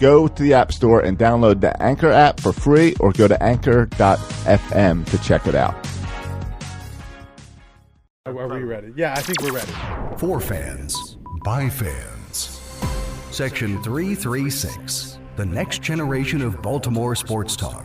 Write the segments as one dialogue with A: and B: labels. A: Go to the App Store and download the Anchor app for free or go to anchor.fm to check it out.
B: Are, are we ready? Yeah, I think we're ready.
C: For fans, by fans. Section 336, the next generation of Baltimore sports talk.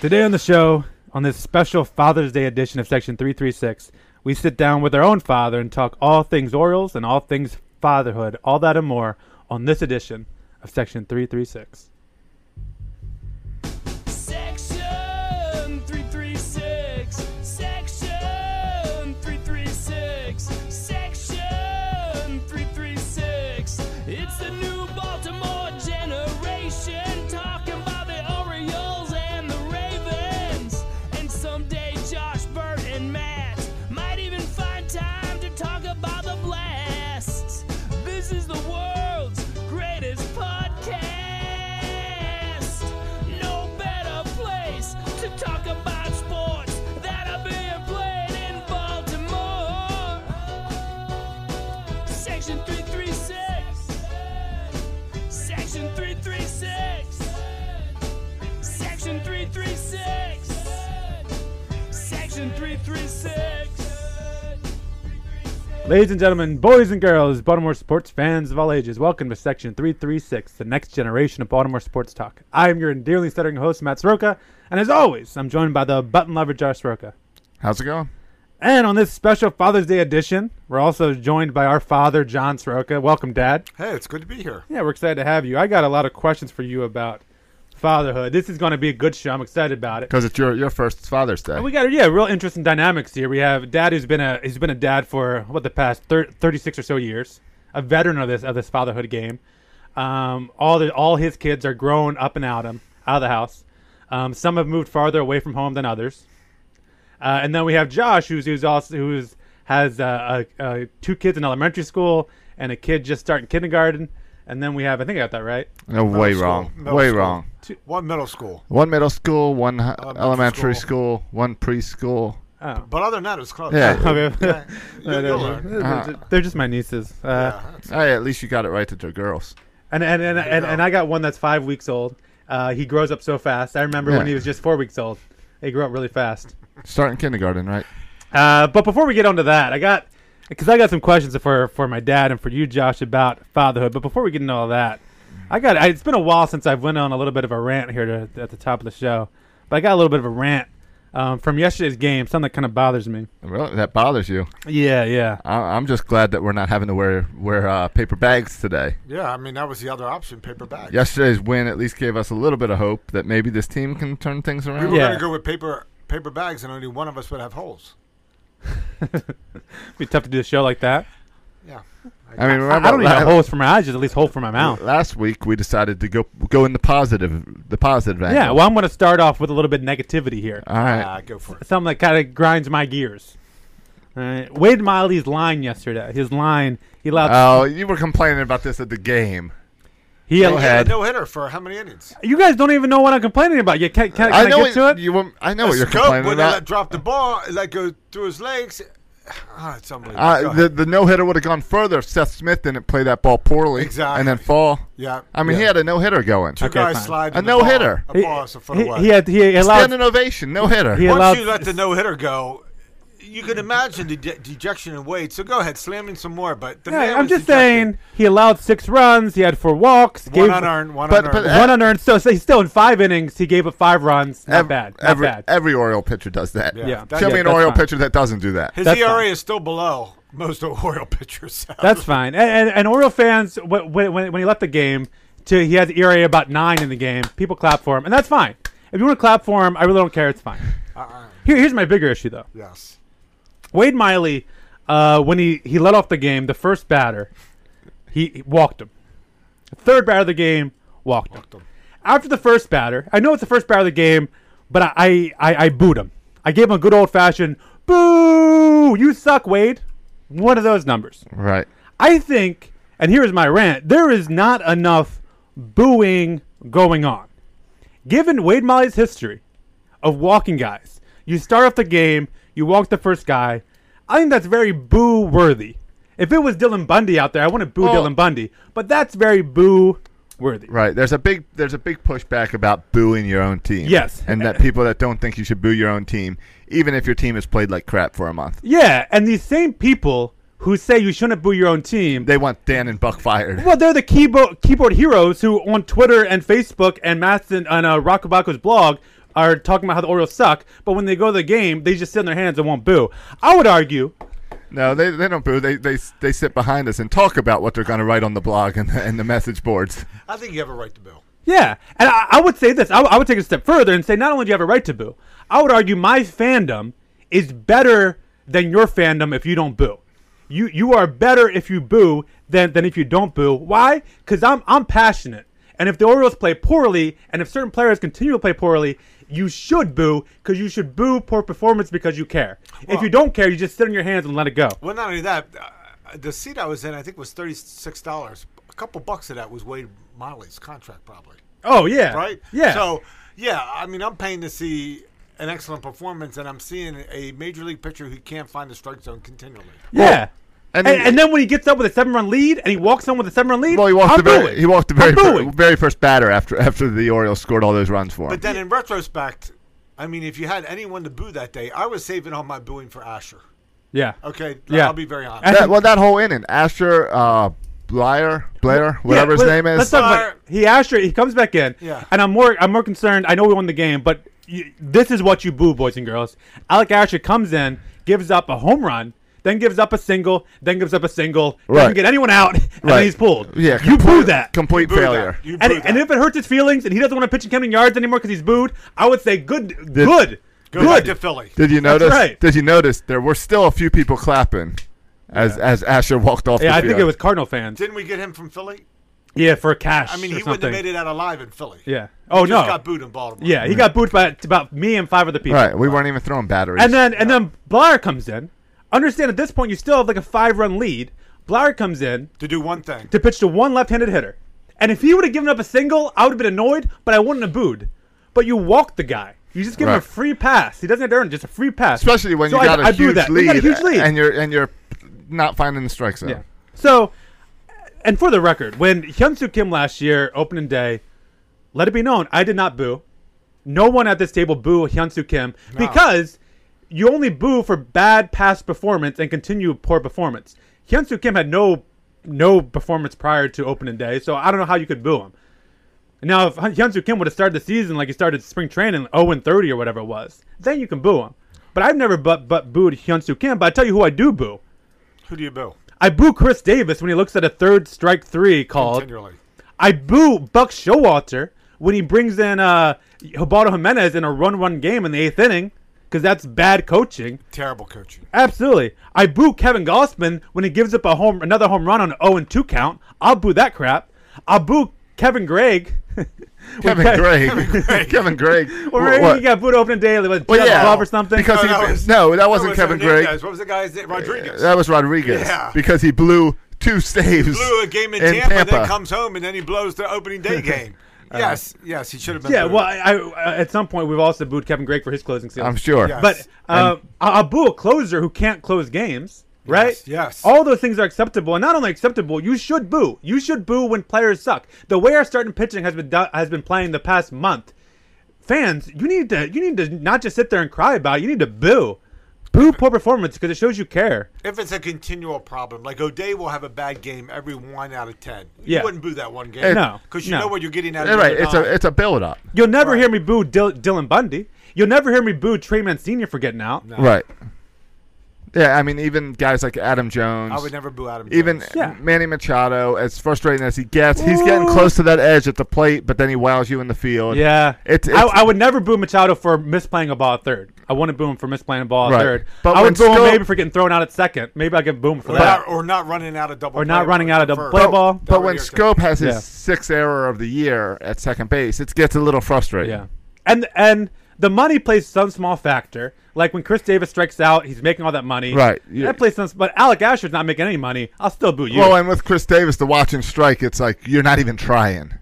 D: Today on the show, on this special Father's Day edition of Section 336, we sit down with our own father and talk all things Orioles and all things fatherhood, all that and more on this edition of Section 336.
E: Section 336. Section 336. Section 336. It's the new Baltimore generation talking about the Orioles and the Ravens. And someday Josh, Burt, and Matt might even find time to talk about the blast. This is the world's greatest podcast. No better place to talk about sports that are being played in Baltimore. Section 336. Section 336. Section 336. Section 336.
D: Ladies and gentlemen, boys and girls, Baltimore sports fans of all ages, welcome to Section 336, the next generation of Baltimore sports talk. I am your endearingly stuttering host, Matt Soroka, and as always, I'm joined by the button lover, Josh Soroka.
A: How's it going?
D: And on this special Father's Day edition, we're also joined by our father, John Soroka. Welcome, Dad.
F: Hey, it's good to be here.
D: Yeah, we're excited to have you. I got a lot of questions for you about fatherhood. This is going to be a good show. I'm excited about it.
A: Because it's your, your first Father's Day.
D: And we got yeah, real interesting dynamics here. We have dad who's been a he's been a dad for what the past thir- 36 or so years, a veteran of this of this fatherhood game. Um, all the all his kids are grown up and out him out of the house. Um, some have moved farther away from home than others. Uh, and then we have Josh, who's who's also who's has uh, uh, uh, two kids in elementary school and a kid just starting kindergarten. And then we have I think I got that right.
A: no, way
F: school.
A: wrong.
F: Middle
A: way
F: school.
A: wrong.
F: One middle school.
A: One middle school, one hi-
F: Elementary
A: elementary school.
F: school.
A: one preschool.
D: Oh.
F: But other than that, it was close.
A: Yeah.
D: Okay.
F: You'll- you'll learn.
D: They're- They're just my nieces. Uh,
A: Hey, at least you got it right that they're girls.
D: And and and, and, and I got one that's five weeks old. Uh, he grows up so fast. I remember when
A: Yeah.
D: he was just four weeks old. He grew up really fast.
A: Starting kindergarten, right?
D: Uh, but before we get onto that, I got because I got some questions for for my dad and for you, Josh, about fatherhood. But before we get into all that, I got I, it's been a while since I've went on a little bit of a rant here to, at the top of the show. But I got a little bit of a rant um, from yesterday's game. Something that kind of bothers me.
A: Really? That bothers you.
D: Yeah, yeah.
A: I, I'm just glad that we're not having to wear wear uh, paper bags today.
F: Yeah, I mean, that was the other option, paper bag.
A: Yesterday's win at least gave us a little bit of hope that maybe this team can turn things
F: We
A: around.
F: were
D: Yeah.
F: going to go with paper paper bags, and only one of us would have holes.
D: It'd be tough to do a show like that.
F: Yeah.
A: I mean,
D: I, I
A: remember
D: don't even
A: la-
D: have holes for my eyes, just at least hole for my mouth.
A: last week we decided to go go in the positive the positive angle.
D: Yeah, Uh, well, I'm going to start off with a little bit of negativity here.
A: all right.
F: Ah, go for it.
D: Something that kind of grinds my gears. All right. Wade Miley's line yesterday. His line. He allowed.
A: Oh, you were complaining about this at the game.
D: he
A: go
D: allowed,
A: ahead.
F: No hitter for how many innings?
D: You guys don't even know what I'm complaining about. You can, can, can I,
A: know
D: get
A: what,
D: to it?
A: You, were- I know what you're
F: Scope
A: complaining
F: when they
A: about.
F: let drop the ball, it let go through his legs. Ah, it's unbelievable. Go
A: Uh, the
F: ahead.
A: the no hitter would have gone further if Seth Smith didn't play that ball poorly
F: Exactly.
A: and then fall.
F: yeah.
A: I mean, he
F: yeah.
A: had a no hitter going.
F: two
D: Okay,
F: guys
D: fine.
F: slide
A: A
F: in the ball.
A: no-hitter.
F: A ball is a foot
D: he,
F: away.
D: he had. He allowed.
A: Standing ovation, no hitter.
D: He allowed.
F: Once you let the no hitter go, you can imagine the de- dejection and weight. So go ahead, slamming some more. But the man
D: Yeah, I'm
F: was
D: just
F: dejected.
D: saying. He allowed six runs. He had four walks.
F: One
D: gave-
F: unearned, one
A: But-
F: unearned.
A: but-
D: One unearned. So, so he's still in five innings. He gave up five runs. Not
A: Ev-
D: bad. Not
A: every,
D: bad.
A: Every Oriole pitcher does that.
F: Yeah.
D: yeah.
F: That-
A: Show
D: yeah,
A: me an
D: that's
A: Oriole
D: fine.
A: pitcher that doesn't do that.
F: His
D: That's
F: ERA
D: fine.
F: is still below most of Oriole pitchers.
D: That's fine. And, and, and Oriole fans, when, when, when he left the game, to he had ERA about nine in the game. People clap for him, and that's fine. If you want to clap for him, I really don't care. It's fine.
F: uh,
D: Here, here's my bigger issue, though.
F: yes.
D: Wade Miley, uh, when he, he let off the game, the first batter, he, he walked him. The third batter of the game Walked, him. After the first batter, I know it's the first batter of the game, but I I, I, I booed him. I gave him a good old fashioned boo. You suck, Wade. One of those numbers.
G: Right.
D: I think, and here's my rant: there is not enough booing going on. Given Wade Miley's history of walking guys, you start off the game, you walk the first guy. I think that's very boo worthy. If it was Dylan Bundy out there, I wouldn't boo
G: Well-
D: Dylan Bundy, but that's very boo worthy.
G: Right. There's a big there's a big pushback about booing your own team.
D: Yes.
G: And that people that don't think you should boo your own team, even if your team has played like crap for a month.
D: Yeah, and these same people who say you shouldn't boo your own team,
G: They want Dan and Buck fired.
D: Well, they're the keyboard keyboard heroes who on Twitter and Facebook and Maston on uh, Rockabaco's blog are talking about how the Orioles suck, but when they go to the game, they just sit on their hands and won't boo. I would argue,
G: No, they, they don't boo. They, they they sit behind us and talk about what they're going to write on the blog and the, and the message boards.
F: I think you have a right to boo.
D: yeah, and I, I would say this. I, w- I would take it a step further and say not only do you have a right to boo, I would argue my fandom is better than your fandom if you don't boo. You you are better if you boo than than if you don't boo. Why? Because I'm I'm passionate. And if the Orioles play poorly, and if certain players continue to play poorly, you should boo because you should boo poor performance because you care. if you don't care, you just sit on your hands and let it go.
F: Well, not only that, uh, the seat I was in, I think, was thirty-six dollars. A couple bucks of that was Wade Miley's contract, probably.
D: Oh yeah,
F: Right?
D: Yeah.
F: So, yeah, I mean, I'm paying to see an excellent performance, and I'm seeing a major league pitcher who can't find the strike zone continually.
D: yeah.
G: and-
D: and, and, then when he gets up with a seven-run lead, and he walks on with a seven-run lead,
G: Well, he walked
D: I'm
G: the very,
D: booing.
G: he walked the very
D: I'm
G: fir-
D: booing.
G: very first batter after after the Orioles scored all those runs for him.
F: But then, in retrospect, I mean, if you had anyone to boo that day, I was saving all my booing for Asher.
D: Yeah.
F: Okay,
D: Yeah.
F: I'll be very honest.
D: And-
G: that, well, that whole inning, Asher, uh, Blair, Blair, whatever his
D: let-
G: name is. Uh,
D: Let's talk about
F: Or-
D: it. he Asher. He comes back in.
F: Yeah.
D: And I'm more I'm more concerned. I know we won the game, but you, this is what you boo, boys and girls. Alec Asher comes in, gives up a home run, then gives up a single, then gives up a single.
G: Right.
D: Doesn't get anyone out, and
G: Right.
D: then he's pulled.
G: Yeah,
D: You boo
G: complete-
D: that.
G: complete
F: Boo that.
G: failure.
F: You boo
D: And,
F: that.
D: and if it hurts his feelings and he doesn't want to pitch in Camden Yards anymore because he's booed, I would say good, good,
F: Go back to Philly.
G: Did you notice?
D: right.
G: Did you notice there were still a few people clapping as as Asher walked off?
D: Yeah,
G: the
D: I think
G: field.
D: it was Cardinal fans.
F: Didn't we get him from Philly?
D: Yeah, for cash.
F: I mean,
D: or
F: he wouldn't
D: something.
F: have made it out alive in Philly.
D: Yeah. Oh
F: He just
D: no.
F: got booed in Baltimore.
D: yeah, he got booed by about me and five other people.
G: right. We weren't even throwing batteries.
D: And then and then Blair comes in. Understand at this point you still have like a five run lead. Blair comes in
F: to do one thing.
D: to pitch to one left handed hitter. And if he would have given up a single, I would have been annoyed, but I wouldn't have booed. But you walked the guy. You just give him
G: Right.
D: a free pass. He doesn't have to earn it, just a free pass.
G: especially when
D: So
G: you
D: I-
G: got a
D: I booed
G: huge
D: that.
G: lead,
D: We got a huge lead.
G: and you're and you're not finding the strike zone.
D: Yeah. So, and for the record, when Hyunsoo Kim last year, opening day, let it be known, I did not boo. No one at this table boo Hyunsoo Kim because you only boo for bad past performance and continue poor performance. Hyunsoo Kim had no no performance prior to opening day, so I don't know how you could boo him. Now, if Hyunsoo Kim would have started the season like he started spring training 0 30 or whatever it was, then you can boo him. But I've never but, but booed Hyunsoo Kim, but I tell you who I do boo.
F: Who do you boo?
D: I boo Chris Davis when he looks at a third strike three called.
F: Continually.
D: I boo Buck Showalter when he brings in uh, Roberto Jimenez in a run-run game in the eighth inning because that's bad coaching.
F: Terrible coaching.
D: Absolutely. I boo Kevin Gossman when he gives up a home another home run on an 0 2 count. I'll boo that crap. I'll boo Kevin Gregg.
G: Kevin Gregg. Kevin Gregg.
D: Or
G: Wh-
D: maybe
G: what?
D: he got booed opening day, like,
G: Well,
D: Jeff
G: yeah.
D: Cobb or something.
G: Because he-
F: No, that was-
G: no, that
F: What
G: wasn't
F: was
G: Kevin
F: their name,
G: Gregg.
F: guys? What was the guy's name? Rodriguez.
G: That was Rodriguez.
F: Yeah.
G: Because he blew two saves.
F: blew a game in, Tampa, then comes home, and then he blows the opening day game. yes, yes, he should have been.
D: Uh, yeah,
F: booed.
D: well, I, I, at some point we've also booed Kevin Gregg for his closing sales.
G: I'm sure.
F: Yeah.
D: But uh, I- I'll boo a closer who can't close games, right?
F: yes.
D: All those things are acceptable, and not only acceptable, you should boo. You should boo when players suck. The way our starting pitching has been do- has been playing the past month, fans, you need to you need to not just sit there and cry about. it. You need to boo, boo poor performance because it shows you care.
F: if it's a continual problem, like O'Day will have a bad game every one out of ten.
D: Yeah.
F: You wouldn't boo that one
G: Eh,
F: game.
D: No,
F: because you
D: no.
F: know what you're getting out
G: Yeah,
F: of.
G: right.
F: the
G: It's a
F: nine.
G: it's a build up.
D: You'll never
F: Right.
D: hear me boo Dil- Dylan Bundy. You'll never hear me boo Trey Mancini for getting out.
G: Right.
A: Yeah, I mean, even guys like Adam Jones.
F: I would never boo Adam.
A: even
F: Jones.
D: Yeah.
A: Manny Machado, as frustrating as he gets, he's getting close to that edge at the plate, but then he wows you in the field.
D: Yeah,
A: It's-
D: I,
A: it's-
D: I would never boo Machado for misplaying a ball at third. I wouldn't boo him for misplaying a ball at
A: Right.
D: third.
A: But
D: I
A: when
D: would boo him
A: Sco-
D: maybe for getting thrown out at second. Maybe I could boo him for
F: or,
D: that.
F: not, or not running out of double.
D: Or not
F: play
D: running out of double
F: first. Oh,
D: play ball.
A: But, but
F: Double
A: when
F: year
A: Scope has his
D: Yeah.
A: sixth error of the year at second base, it gets a little frustrating.
D: Yeah, and and the money plays some small factor. Like when Chris Davis strikes out, he's making all that money.
A: Right. You-
D: That plays some. But Alec Asher's not making any money. I'll still boo you.
A: Well, and with Chris Davis, the watch and strike, it's like you're not even trying.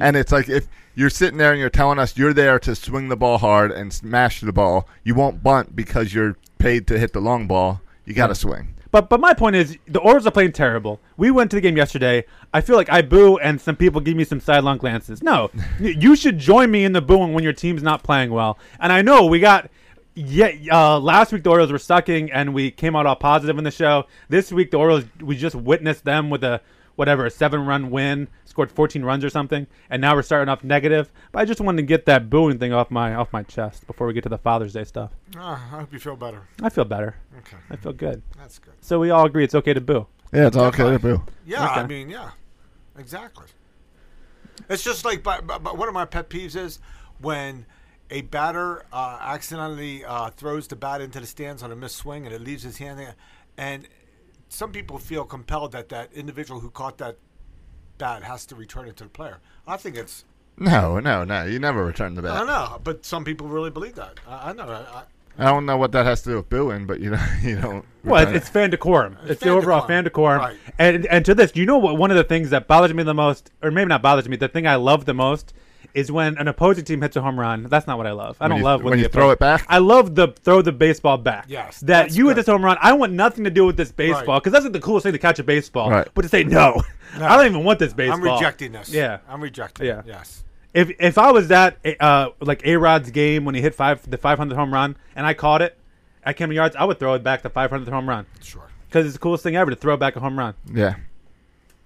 A: And it's like if you're sitting there and you're telling us you're there to swing the ball hard and smash the ball, you won't bunt because you're paid to hit the long ball. You got to swing.
D: But but my point is the Orioles are playing terrible. We went to the game yesterday. I feel like I boo and some people give me some sidelong glances. No, y- you should join me in the booing when your team's not playing well. And I know we got yeah uh, last week the Orioles were sucking and we came out all positive in the show. This week the Orioles we just witnessed them with a whatever a seven run win, scored 14 runs or something, and now we're starting off negative. But I just wanted to get that booing thing off my off my chest before we get to the Father's Day stuff.
F: Ah, I hope you feel better.
D: I feel better.
F: Okay,
D: I feel good.
F: that's good.
D: So we all agree it's okay to boo.
A: Yeah, it's okay to boo.
F: Yeah, I
D: Okay.
F: mean, yeah, exactly. It's just like but, but, but one of my pet peeves is when a batter uh, accidentally uh, throws the bat into the stands on a missed swing and it leaves his hand there. And some people feel compelled that that individual who caught that bat has to return it to the player. I think it's
A: No, no, no. You never return the
F: I
A: bat.
F: don't know, but some people really believe that. I, I know. I,
A: I don't know what that has to do with booing, but you don't. You don't return
D: Well, it's,
A: it.
D: it's fan decorum. It's, the
F: fan
D: overall
F: decorum.
D: fan decorum.
F: Right.
D: And and to this, you know what? One of the things that bothers me the most, or maybe not bothers me, the thing I love the most is when an opposing team hits a home run. That's not what I love. I don't
A: you-
D: love
A: when
D: the
A: you throw
D: oppo-
A: it back?
D: I love the throw the baseball back.
F: Yes,
D: That
F: that's
D: you hit
F: good.
D: this home run. I want nothing to do with this baseball because that's like the coolest thing to catch a baseball.
A: Right.
D: But to say no, I don't even want this
F: I,
D: baseball.
F: I'm rejecting this.
D: Yeah.
F: I'm rejecting.
D: Yeah.
F: it. Yes.
D: If if I was that uh like A Rod's game when he hit five the 500 home run and I caught it at Camden Yards, I would throw it back the 500th home run.
F: Sure.
D: Because it's the coolest thing ever to throw back a home run,
A: yeah.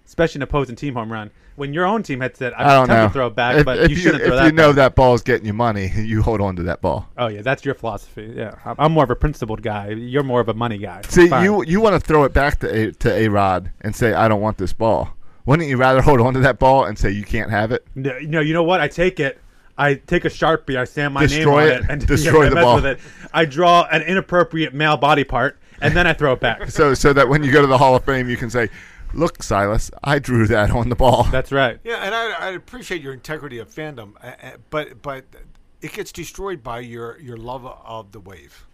D: especially an opposing team home run. When your own team hits it,
A: I
D: I'm
A: don't know.
D: tempted to throw it back,
A: if,
D: but
A: if
D: you shouldn't
A: if
D: throw that.
A: you know
D: back.
A: that ball's getting you money, you hold on to that ball.
D: Oh yeah, that's your philosophy. Yeah, I'm- I'm more of a principled guy. You're more of a money guy.
A: See,
D: Fine.
A: you you want to throw it back to a, to a Rod and say, "I don't want this ball." Wouldn't you rather hold on to that ball and say, "You can't have it"?
D: No, no, you know what? I take it. I take a sharpie. I stamp my
A: Destroy
D: name on
A: it.
D: it, and
A: Destroy
D: I
A: the
D: mess
A: ball.
D: With it. I draw an inappropriate male body part, and then I throw it back.
A: So so that when you go to the Hall of Fame, you can say, "Look, Silas, I drew that on the ball."
D: that's right.
F: Yeah, and I, I appreciate your integrity of fandom, uh, uh, but but it gets destroyed by your your love of the wave.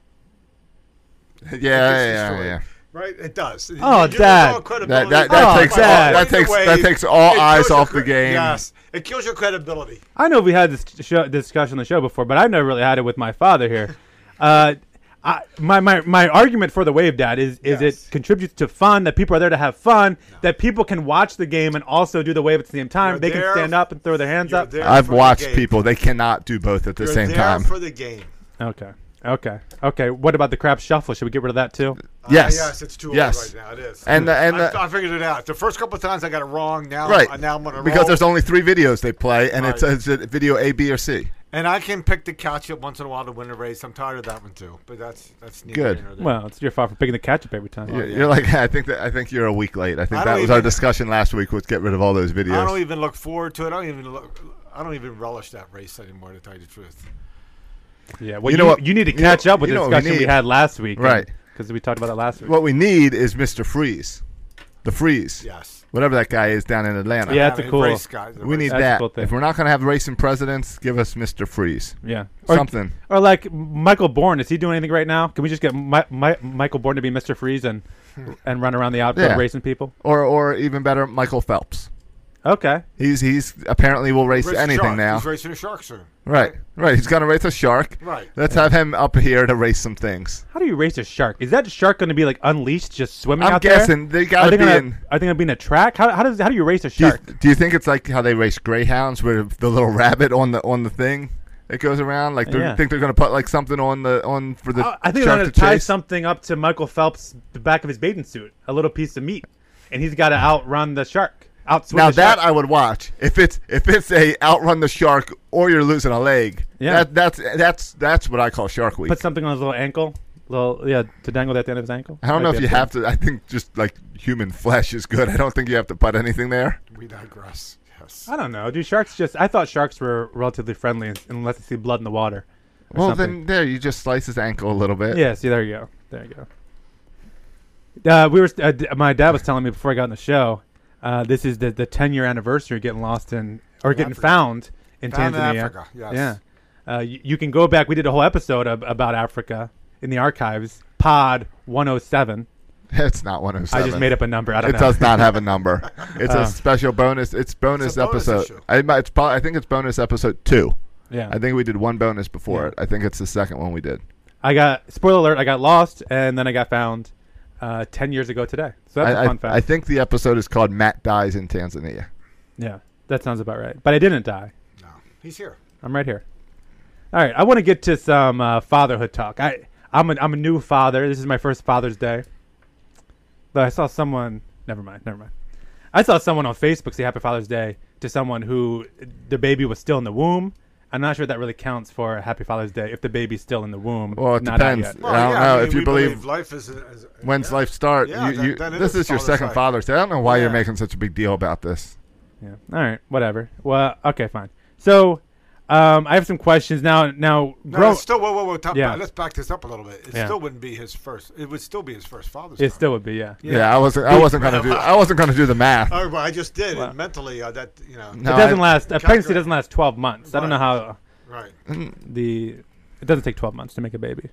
A: yeah,
F: It gets
A: yeah, yeah,
F: destroyed,
A: yeah.
F: Right, it does. You-
D: Oh,
F: you lose
D: Dad.
F: all credibility.
A: That that, that
D: Oh,
A: takes
D: Dad.
A: that takes that takes all
F: It
A: eyes
F: kills your
A: off the
F: cre-
A: game.
F: Yes, it kills your credibility.
D: I know we had this show, discussion on the show before, but I've never really had it with my father here. Uh, I, my, my, my argument for the wave dad is is
F: Yes.
D: it contributes to fun that people are there to have fun that people can watch the game and also do the wave at the same time.
F: You're
D: they can
F: there-
D: stand up and throw their hands
F: you're
D: up.
F: there
A: I've
F: for the
A: watched
F: game.
A: people; they cannot do both at the
F: You're
A: same
F: there
A: time.
F: for the game.
D: Okay, okay, okay. What about the crap shuffle? Should we get rid of that too?
F: Ah,
A: yes,
F: yes, it's too
A: Yes.
F: old right now. It is.
A: And the- and
F: I,
A: the-
F: I figured it out. The first couple of times I got it wrong. Now,
A: Right.
F: uh, now I'm gonna
A: because
F: roll.
A: there's only three videos they play, and it's,
F: Right.
A: it's a video A, B, or C.
F: and I can pick the couch up once in a while to win a race. I'm tired of that one too. But that's that's neither
A: Good.
F: here nor there.
D: Well, it's your fault for picking the catch up every time.
A: You're, you're like, I think that I think you're a week late. I think
F: Oh, I
A: that
F: don't
A: was our
F: even-
A: discussion last week. Was get rid of all those
F: I don't
A: videos.
F: even look forward to it. I don't even look. I don't even relish that race anymore, to tell you the truth.
D: Yeah.
A: You
D: Well, you
A: know what-
D: You need to
A: you know-
D: catch up with
A: you
D: the
A: know what we
D: discussion we,
A: need.
D: had last week,
A: Right.
D: Because we talked about that last week.
A: What we need is Mr. Freeze, the Freeze,
F: Yes.
A: whatever that guy is down in Atlanta.
D: Yeah, that's
F: I
D: a
F: mean,
D: cool.
F: race guy. the
A: we
F: race
A: need
D: That's a
A: that.
D: cool thing.
A: if we're not going to have racing presidents, give us Mr. Freeze.
D: Yeah.
A: Something.
D: Or like Michael Bourne, is he doing anything right now? Can we just get Mi- Mi- Michael Bourne to be Mr. Freeze and and run around the outfield
A: Yeah.
D: racing people?
A: Or, or even better, Michael Phelps.
D: Okay.
A: He's he's apparently will race
F: Race a
A: anything
F: shark.
A: now.
F: He's racing a shark soon.
A: right, right. He's going to race a shark.
F: Right.
A: Let's have him up here to race some things.
D: How do you race a shark? Is that shark going to be like unleashed, just swimming
A: I'm
D: out
A: guessing
D: there?
A: they gotta
D: Are
A: be
D: gonna,
A: in-
D: Are they going to be in a track? How, how does how do you race a
A: Do you,
D: shark?
A: do you think it's like how they race greyhounds with the little rabbit on the on the thing that goes around? Like, do you
D: Yeah.
A: think they're going to put like something on the on for the
D: I- I think they're
A: shark
D: going to
A: to
D: tie
A: chase?
D: something up to Michael Phelps the back of his bathing suit, a little piece of meat, and he's got to outrun the shark. Outswim
A: Now
D: the
A: that
D: shark.
A: I would watch if it's if it's a outrun the shark or you're losing a leg.
D: Yeah.
A: that, that's that's that's what I call Shark Week.
D: put something on his little ankle. Little, yeah, to dangle that at the end of his ankle.
A: I don't know
D: Might
A: if you
D: be
A: have
D: upset.
A: to. I think just like human flesh is good. I don't think you have to put anything there.
F: We digress. Yes.
D: I don't know. Do sharks just? I thought sharks were relatively friendly un- unless they see blood in the water. or
A: Well,
D: something.
A: then there you just slice his ankle a little bit.
D: Yeah, see, there you go. There you go. Uh, we were. Uh, d- my dad was telling me before I got on the show. Uh, this is the the ten year anniversary of getting lost in or getting
F: Africa.
D: found in
F: Found in
D: Tanzania.
F: Africa, yes.
D: Yeah, uh, you, you can go back. We did a whole episode ab- about Africa in the archives. Pod one hundred seven.
A: it's not one of
D: I just made up a number. I don't
A: It
D: know. Uh.
A: does not have a number. It's a special bonus. It's bonus
F: It's a bonus
A: episode.
F: issue.
A: I, it's probably, I think it's bonus episode two.
D: Yeah,
A: I think we did one bonus before it. I think it's the second one we did.
D: I got spoiler alert. I got lost, and then I got found uh, ten years ago today. So that's a
A: I, I-
D: fun fact.
A: I think the episode is called Matt Dies in Tanzania.
D: yeah, that sounds about right. But I didn't die.
F: No. He's here.
D: I'm right here. All right, I want to get to some uh, fatherhood talk. I I'm a, I'm a new father. This is my first Father's Day. But I saw someone. Never mind. Never mind. I saw someone on Facebook say Happy Father's Day to someone who the baby was still in the womb. I'm not sure that really counts for Happy Father's Day if the baby's still in the womb.
A: Well, it
D: not out
A: depends.
D: yet.
A: I don't know if
F: we
A: you believe-
F: life is. is
A: When's
F: yeah.
A: life start?
F: Yeah,
A: you,
F: that-
A: you,
F: that
A: this is
F: is
A: your
F: Father's
A: second
F: Day.
A: Father's Day. I don't know why you're
F: Yeah.
A: making such a big deal about this.
D: Yeah. All right. Whatever. Well, okay, fine. So, um, I have some questions now. Now,
F: No,
D: grow-
F: it's still, whoa, whoa, whoa! Top,
D: Yeah.
F: Let's back this up a little bit. It
D: Yeah.
F: still wouldn't be his first. It would still be his first father's.
D: it
F: Day.
D: still would be yeah.
A: Yeah, I wasn't. I wasn't gonna do. I wasn't gonna do the math.
F: Oh, well, I just did
D: Wow.
F: and mentally. Uh, that you know.
A: No,
D: it doesn't
A: I-
D: last. A
F: Calculate-
D: pregnancy doesn't last 12 months. I don't know
F: Right.
D: how
F: Right.
D: the it doesn't take 12 months to make a baby.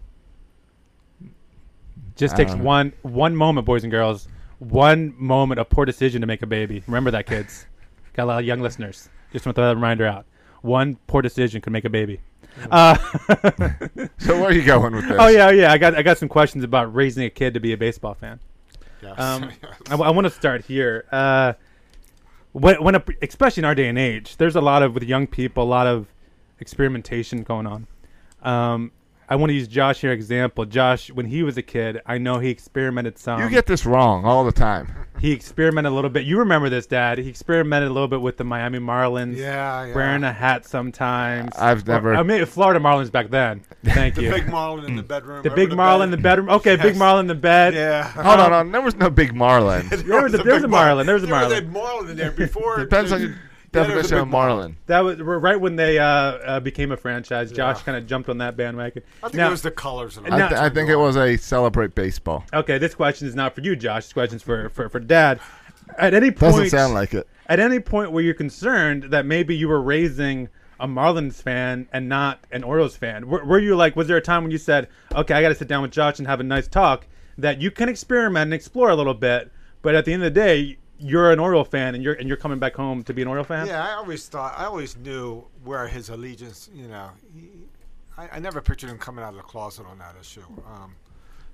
D: Just
A: I
D: takes
A: don't know.
D: one one moment, boys and girls. One moment of poor decision to make a baby. Remember that, kids. Got a lot of young listeners. Just want to throw that reminder out. One poor decision could make a baby. Uh,
A: So where are you going with this?
D: oh yeah, yeah. I got I got some questions about raising a kid to be a baseball fan.
F: Yes.
D: Um, I, want to start here. Uh, when, when a, especially in our day and age, there's a lot of with young people, a lot of experimentation going on. Um, I want to use Josh here example. Josh, when he was a kid, I know he experimented some.
A: You get this wrong all the time.
D: he experimented a little bit. You remember this, Dad? He experimented a little bit with the Miami Marlins.
F: Yeah, yeah.
D: Wearing a hat sometimes.
A: I've
D: Or-
A: never-
D: I mean, Florida Marlins back then. Thank
F: the
D: you. Mm.
F: big Marlin in the bedroom.
D: the
F: over
D: big Marlin in the bedroom. Okay, big
F: Yes.
D: Marlin in the bed.
F: Yeah.
D: Um,
A: Hold on, hold on. There was no big Marlin.
D: There was a, there was a
F: big
D: Marlin. There was a
F: There
D: Marlin.
F: was a Marlin in there before.
A: Depends on your
F: Yeah, there was a
A: definition
F: big
A: of Marlin.
D: That was r- right when they uh, uh, became a franchise. Josh kind of jumped on that bandwagon.
F: I think
D: Now-
F: it was the colors. And
A: I,
F: all
D: Now-
A: th- I think it was a celebrate baseball.
D: okay, this question is not for you, Josh. This question's for, for, for Dad. At any point,
A: Doesn't sound like it.
D: At any point where you're concerned that maybe you were raising a Marlins fan and not an Orioles fan, were, were you like, was there a time when you said, okay, I got to sit down with Josh and have a nice talk? That you can experiment and explore a little bit, but at the end of the day, you're an Oriole fan and you're and you're coming back home to be an Oriole fan.
F: Yeah, I always thought I always knew where his allegiance. You know, he, I, I never pictured him coming out of the closet on that issue um,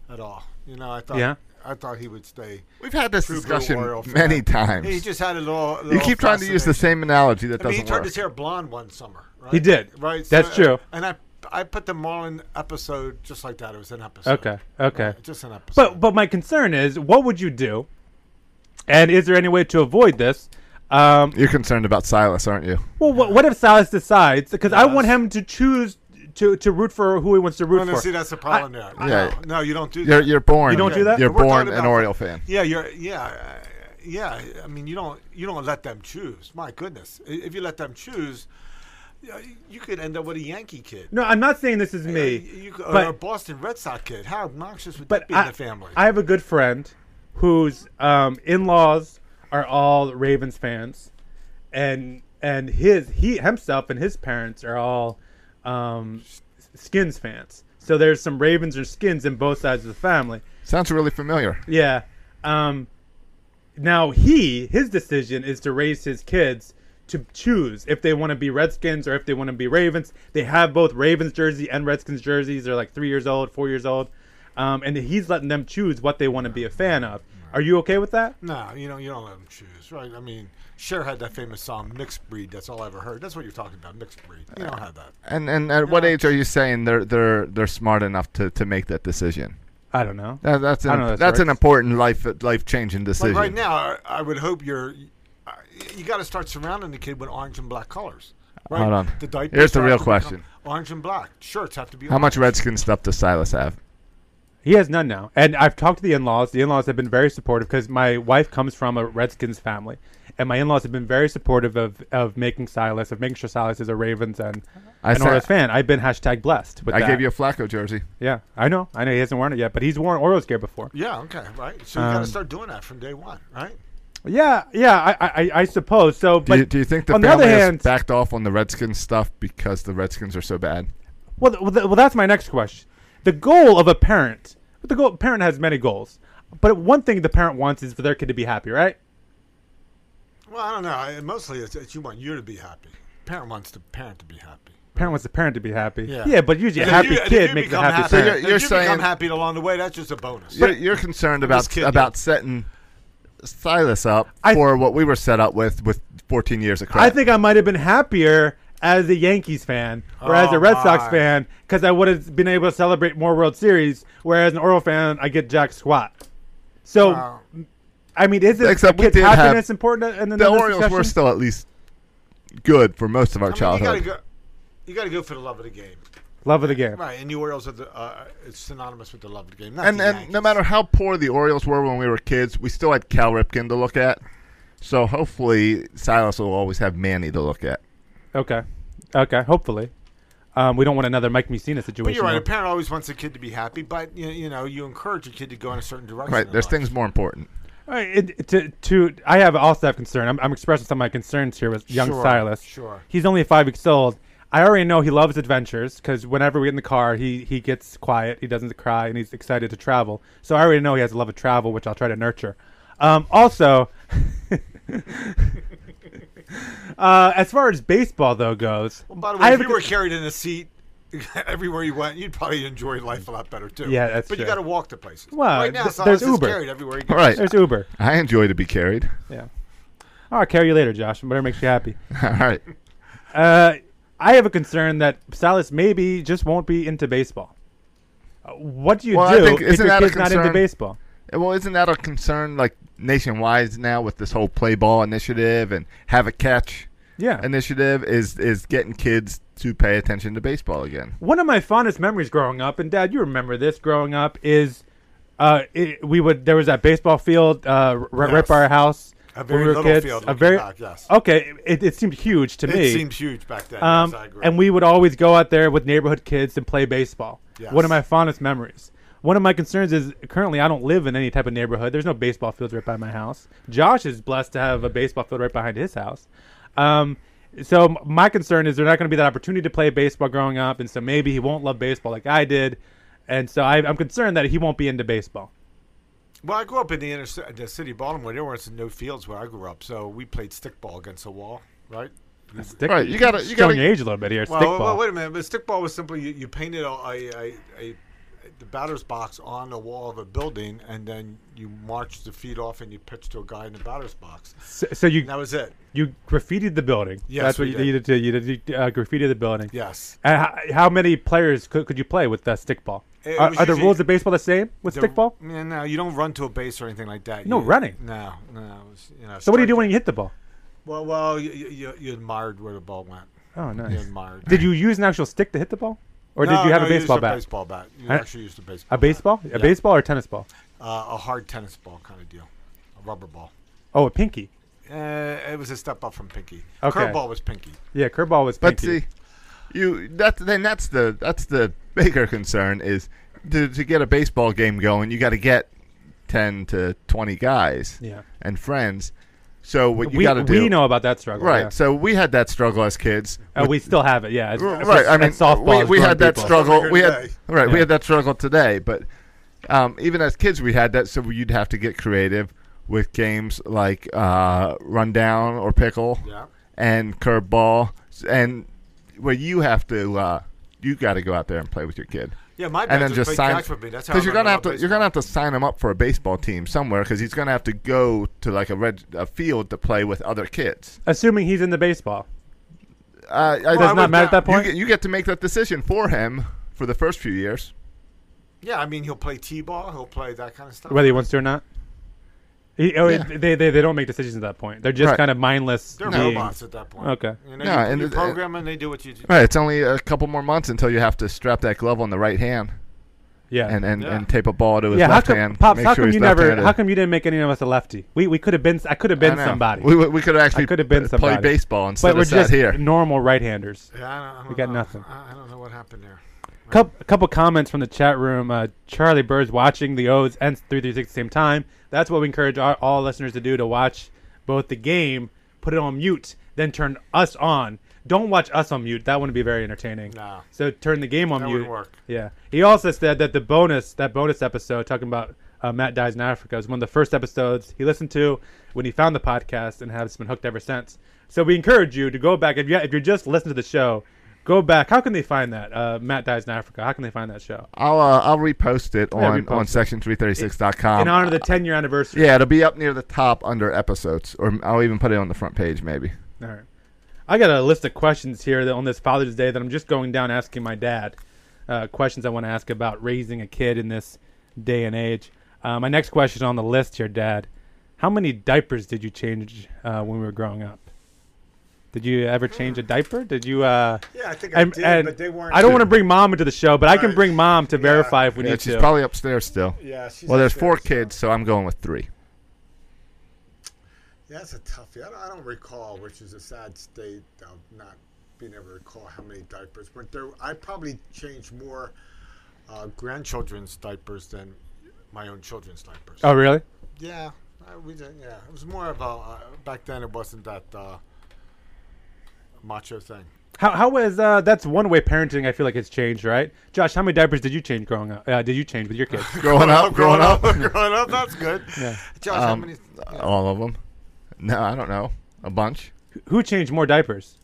F: at all. You know, I thought.
D: Yeah.
F: I thought he would stay.
A: We've had this
F: true blue
A: discussion
F: Oriole fan.
A: many
F: He
A: times.
F: just had a little. little
A: You keep trying to use the
F: fascination.
A: same analogy that
F: I mean, he
A: doesn't
F: turned
A: work.
F: his hair blonde one summer. Right?
D: He did.
F: Right.
D: That's true.
F: And I, I put the Marlin episode just like that. It was an episode.
D: Okay. Okay.
F: Just an episode.
D: But but my concern is, what would you do? And is there any way to avoid this? Um,
A: You're concerned about Silas, aren't you?
D: well, what, what if Silas decides? Because I want him to choose to, to root for who he wants to root
F: No, no,
D: for.
F: see, that's the problem there.
A: Yeah.
F: No, no, you don't do that.
A: You're you're born.
D: You don't do that?
A: You're
F: We're
A: born
F: talking
A: an
F: about-
A: Oriole fan.
F: Yeah, you're. Yeah, uh, yeah. I mean, you don't. You don't let them choose. My goodness, I- if you let them choose, y- you could end up with a Yankee kid.
D: no, I'm not saying this is
F: Uh,
D: me.
F: You could,
D: but-
F: or a Boston Red Sox kid. How obnoxious would
D: but
F: that be
D: I,
F: in the family?
D: I have a good friend whose um, in-laws are all Ravens fans, and and his he himself and his parents are all um, S- Skins fans. So there's some Ravens or Skins in both sides of the family.
A: Sounds really familiar.
D: Yeah. Um, now he his decision is to raise his kids to choose if they want to be Redskins or if they want to be Ravens. They have both Ravens jersey and Redskins jerseys. They're like three years old, four years old, um, and he's letting them choose what they want to be a fan of. Are you okay with that?
F: no, you don't. You don't let them choose, right? I mean, Cher had that famous song "Mixed Breed." That's all I ever heard. That's what you're talking about, mixed breed. You don't have that.
A: And and at what age are you saying they're they're they're smart enough to, to make that decision?
D: I don't know.
A: That, that's
D: I
A: an,
D: don't know,
A: that's,
D: that's
A: an
D: right.
A: important life life changing decision.
F: Like right now, I, I would hope you're. I- You got to start surrounding the kid with orange and black colors. Right?
A: Hold on.
F: The diapers
A: Here's the
F: have
A: real
F: to become
A: question.
F: Orange and black shirts have to be.
A: How
F: orange.
A: much Redskin stuff does Silas have?
D: He has none now. And I've talked to the in laws. The in laws have been very supportive because my wife comes from a Redskins family. And my in laws have been very supportive of, of making Silas, of making sure Silas is a Ravens and
A: I
D: an
A: said-
D: Orioles fan. I've been hashtag blessed with
A: I
D: that.
A: gave you a Flacco jersey.
D: Yeah, I know. I know he hasn't worn it yet, but he's worn Orioles gear before.
F: Yeah, okay, right. So you got
D: Um,
F: to start doing that from day one, right?
D: Yeah, yeah, I, I, I suppose. So,
A: Do,
D: but
A: you, do you think the
D: on the
A: family
D: other
A: has
D: hand,
A: backed off on the Redskins stuff because the Redskins are so bad?
D: Well, th- well, th- well, that's my next question. The goal of a parent, the goal, parent has many goals, but one thing the parent wants is for their kid to be happy, right?
F: Well, I don't know. I, mostly, it's, it's you want you to be happy. Parent wants the parent to be happy.
D: Parent wants the parent to be happy.
F: Yeah.
D: but usually a
F: And if
D: happy
F: you- and if
D: kid
F: you
D: makes a
F: become
A: So
D: happy parent.
A: you're-
F: if
A: you're
F: you
A: saying-
F: become happy along the way. That's just a bonus. Uh,
A: You're, you're concerned about
F: kidding.
A: about setting Silas up
D: I-
A: for what we were set up with with 14 years of crap.
D: I think I might have been happier as a Yankees fan or as
F: Oh,
D: a Red Sox
F: my.
D: fan because I would have been able to celebrate more World Series, whereas an Oriole fan, I get jack squat. So,
F: Wow.
D: I mean, is it
A: Except we
D: kid's
A: did have-
D: happiness important? In, in
A: the
D: this
A: Orioles were
D: discussion?
A: still at least good for most of our
F: I mean, you
A: childhood.
F: gotta go. You got to go for the love of the game,
D: love of the game.
F: right? And the Orioles are the uh, it's synonymous with the love of the game. Not
A: and
F: the
A: and
F: Yankees.
A: no matter how poor the Orioles were when we were kids, we still had Cal Ripken to look at. So hopefully Silas will always have Manny to look at.
D: Okay. Okay. Hopefully. Um, we don't want another Mike Messina situation.
F: But you're right.
D: though.
F: A parent always wants a kid to be happy, but you, you know you encourage a kid to go in a certain direction.
A: Right,
F: in
A: there's
F: life.
A: things more important.
D: All right, Uh, it- to, to, I have also have concern. I'm, I'm expressing some of my concerns here with young
F: Sure,
D: Silas.
F: sure.
D: He's only five weeks old. I already know he loves adventures because whenever we get in the car, he, he gets quiet, he doesn't cry, and he's excited to travel. So I already know he has a love of travel, which I'll try to nurture. Um, also, uh, as far as baseball though goes,
F: Well, by the
D: I
F: way, if
D: have a
F: you were
D: con-
F: carried in a seat everywhere you went, you'd probably enjoy life a lot better too.
D: Yeah, that's
F: But you
D: true.
F: got to walk to places.
D: Well,
F: right now,
D: th- there's
F: Silas is
D: Uber.
F: carried everywhere he goes.
A: All right,
D: there's Uber.
A: I enjoy to be carried.
D: Yeah. All right, carry you later, Josh. Whatever makes you happy.
A: All right,
D: Uh, I have a concern that Salas maybe just won't be into baseball. Uh, What do you
A: Well, I
D: do
A: think-
D: if
A: isn't
D: your
A: that a
D: kid's not into
A: concern?
D: baseball?
A: well, isn't that a concern like nationwide now with this whole play ball initiative and have a catch
D: Yeah.
A: initiative is is getting kids to pay attention to baseball again.
D: One of my fondest memories growing up, and Dad, you remember this growing up, is uh, it, we would there was that baseball field uh, r- right
F: Yes.
D: by our house.
F: A
D: when
F: very
D: we were
F: little
D: kids.
F: field
D: A
F: looking
D: very
F: back, yes.
D: okay. It, it seemed huge to
F: It
D: me.
F: seems huge back then.
D: Um,
F: yes, I agree.
D: and we would always go out there with neighborhood kids and play baseball.
F: Yes.
D: One of my fondest memories. One of my concerns is currently I don't live in any type of neighborhood. There's no baseball fields right by my house. Josh is blessed to have a baseball field right behind his house. Um, so m- my concern is there's not going to be that opportunity to play baseball growing up, and so maybe he won't love baseball like I did, and so I, I'm concerned that he won't be into baseball.
F: Well, I grew up in the inner ci- the city of Baltimore. There weren't no fields where I grew up, so we played stickball against a wall, right?
D: Stick,
A: Right, you gotta- you
D: showing
A: gotta-
D: your age a little bit here.
F: Well,
D: Stickball.
F: well, wait a minute. But stickball was simply you, you painted a, a, a, a the batter's box on the wall of a building, and then you marched the feet off and you pitched to a guy in the batter's box.
D: so, so you
F: And that was it.
D: you graffitied the building.
F: Yes,
D: that's what
F: we
D: you
F: did.
D: you did. too. You did you, uh, graffiti the building.
F: Yes.
D: And how, how many players could, could you play with uh, stickball?
F: It
D: Are,
F: was
D: are the
F: usually-
D: rules of baseball the same with
F: The-
D: stickball?
F: Yeah, no, you don't run to a base or anything like that.
D: No
F: You-
D: running.
F: No, no. it was, you know,
D: So what do you
F: strike-
D: do when you hit the ball?
F: Well, well, you, you, you- you admired where the ball went.
D: Oh,
F: You
D: nice.
F: admired.
D: Did you use an actual stick to hit the ball, or did
F: No,
D: you have
F: no,
D: a baseball
F: used
D: bat?
F: Baseball bat. You
D: Huh?
F: actually used a baseball.
D: A baseball,
F: Bat.
D: a
F: Yeah.
D: baseball or tennis ball?
F: Uh, a hard tennis ball kind of deal, a rubber ball.
D: Oh, a pinky.
F: Uh, it was a step up from pinky.
D: Okay.
F: Curveball was pinky.
D: Yeah, curveball was
A: But
D: pinky.
A: see, you that then that's the that's the bigger concern is to, to get a baseball game going, you got to get ten to twenty guys,
D: Yeah.
A: and friends. So what you
D: we
A: got to do?
D: we know about that struggle,
A: right?
D: yeah.
A: So we had that struggle as kids.
D: Uh,
A: with-
D: we still have it, yeah. It's,
A: r-
D: it's
A: right. I
D: at
A: mean,
D: softball.
A: we,
D: it's
A: we
D: grown
A: had that
D: people.
A: struggle.
F: Bigger
A: We had
F: today.
A: right.
D: Yeah.
A: We had that struggle today, but um, even as kids, we had that. So you'd have to get creative with games like uh, rundown or pickle
F: Yeah.
A: and curveball, and where you have to uh, you got to go out there and play with your kid.
F: Yeah, my dad
A: and then
F: just
A: just
F: played
A: sign
F: catch with me. That's how I
A: because you're
F: learned
A: gonna have
F: about
A: to you're
F: baseball.
A: gonna have to sign him up for a baseball team somewhere because he's gonna have to go to like a red a field to play with other kids.
D: Assuming he's in the baseball,
A: Uh, I-
F: Well, I
D: does not
F: would
D: matter at
F: not-
D: that
A: you
D: point.
A: get, you get to make that decision for him for the first few years.
F: Yeah, I mean he'll play t-ball, he'll play that kind of stuff.
D: whether he wants to or not. He, oh,
A: Yeah.
D: they, they they don't make decisions at that point. They're just
A: Right.
D: kind of mindless.
F: They're
D: beings.
F: robots at that point.
D: Okay.
F: You know,
A: No,
F: you,
A: and
F: you
A: it-
F: program and they do what you do.
A: Right, it's only a couple more months until you have to strap that glove on the right hand.
D: Yeah.
A: and and,
H: Yeah.
A: and tape a ball to his
D: yeah, how
A: left
D: come,
A: hand.
D: pops?
A: make
D: How
A: sure
D: come
A: he's
D: you never?
A: left-handed.
D: How come you didn't make any of us a lefty? We we could have been. I could have
A: I
D: been
A: know.
D: somebody.
A: We, we could have actually
D: I could have been
A: played
D: somebody.
A: baseball instead
D: but we're
A: of sat
D: just
A: here.
D: normal right-handers.
F: Yeah, I don't, I don't
D: We got
F: know.
D: nothing.
F: I, I don't know what happened there.
D: Coup- A couple comments from the chat room. Uh, Charlie Bird's watching the O's and 336 at the same time. That's what we encourage our, all listeners to do: to watch both the game, put it on mute, then turn us on. Don't watch us on mute. That wouldn't be very entertaining.
F: No.
D: So turn the game on
F: That
D: mute.
F: wouldn't work.
D: Yeah. He also said that the bonus, that bonus episode talking about uh, Matt dies in Africa, was one of the first episodes he listened to when he found the podcast and has been hooked ever since. So we encourage you to go back if you if you're just listening to the show, go back. How can they find that? Uh, Matt dies in Africa. How can they find that show?
A: I'll uh, I'll repost it on
D: repost
A: on
D: it.
A: section336.com.
D: in honor of the 10 year anniversary.
A: yeah, it'll be up near the top under episodes, or I'll even put it on the front page maybe.
D: All right. I got a list of questions here that on this Father's Day that I'm just going down asking my dad. Uh, questions I want to ask about raising a kid in this day and age. Uh, my next question on the list here, Dad. How many diapers did you change uh, when we were growing up? Did you ever change a diaper? Did you? Uh,
F: Yeah, I think I
D: and,
F: did,
D: and
F: but Hmm. they weren't.
D: I don't want to bring mom into the show, but I can
F: Right.
D: bring mom to verify if we
A: Yeah,
D: need
A: she's
D: to.
A: probably upstairs still.
F: Yeah, she's
A: well, there's
F: upstairs,
A: four
F: so-
A: kids, so I'm going with three.
F: Yeah, that's a toughie. I don't, I don't recall, which is a sad state of not being able to recall how many diapers. But there, I probably changed more uh, grandchildren's diapers than my own children's diapers.
D: oh, really?
F: Yeah, I, we did. Yeah, it was more of a uh, back then. It wasn't that uh, macho thing.
D: How how was uh, that's one way parenting? I feel like it's changed, right? Josh, how many diapers did you change growing up? Uh, did you change with your kids?
A: Growing up, growing up,
F: growing up. That's good. Yeah. Josh, how
A: Um,
F: many?
D: uh,
A: all of them. No, I don't know. A bunch.
D: Who changed more diapers?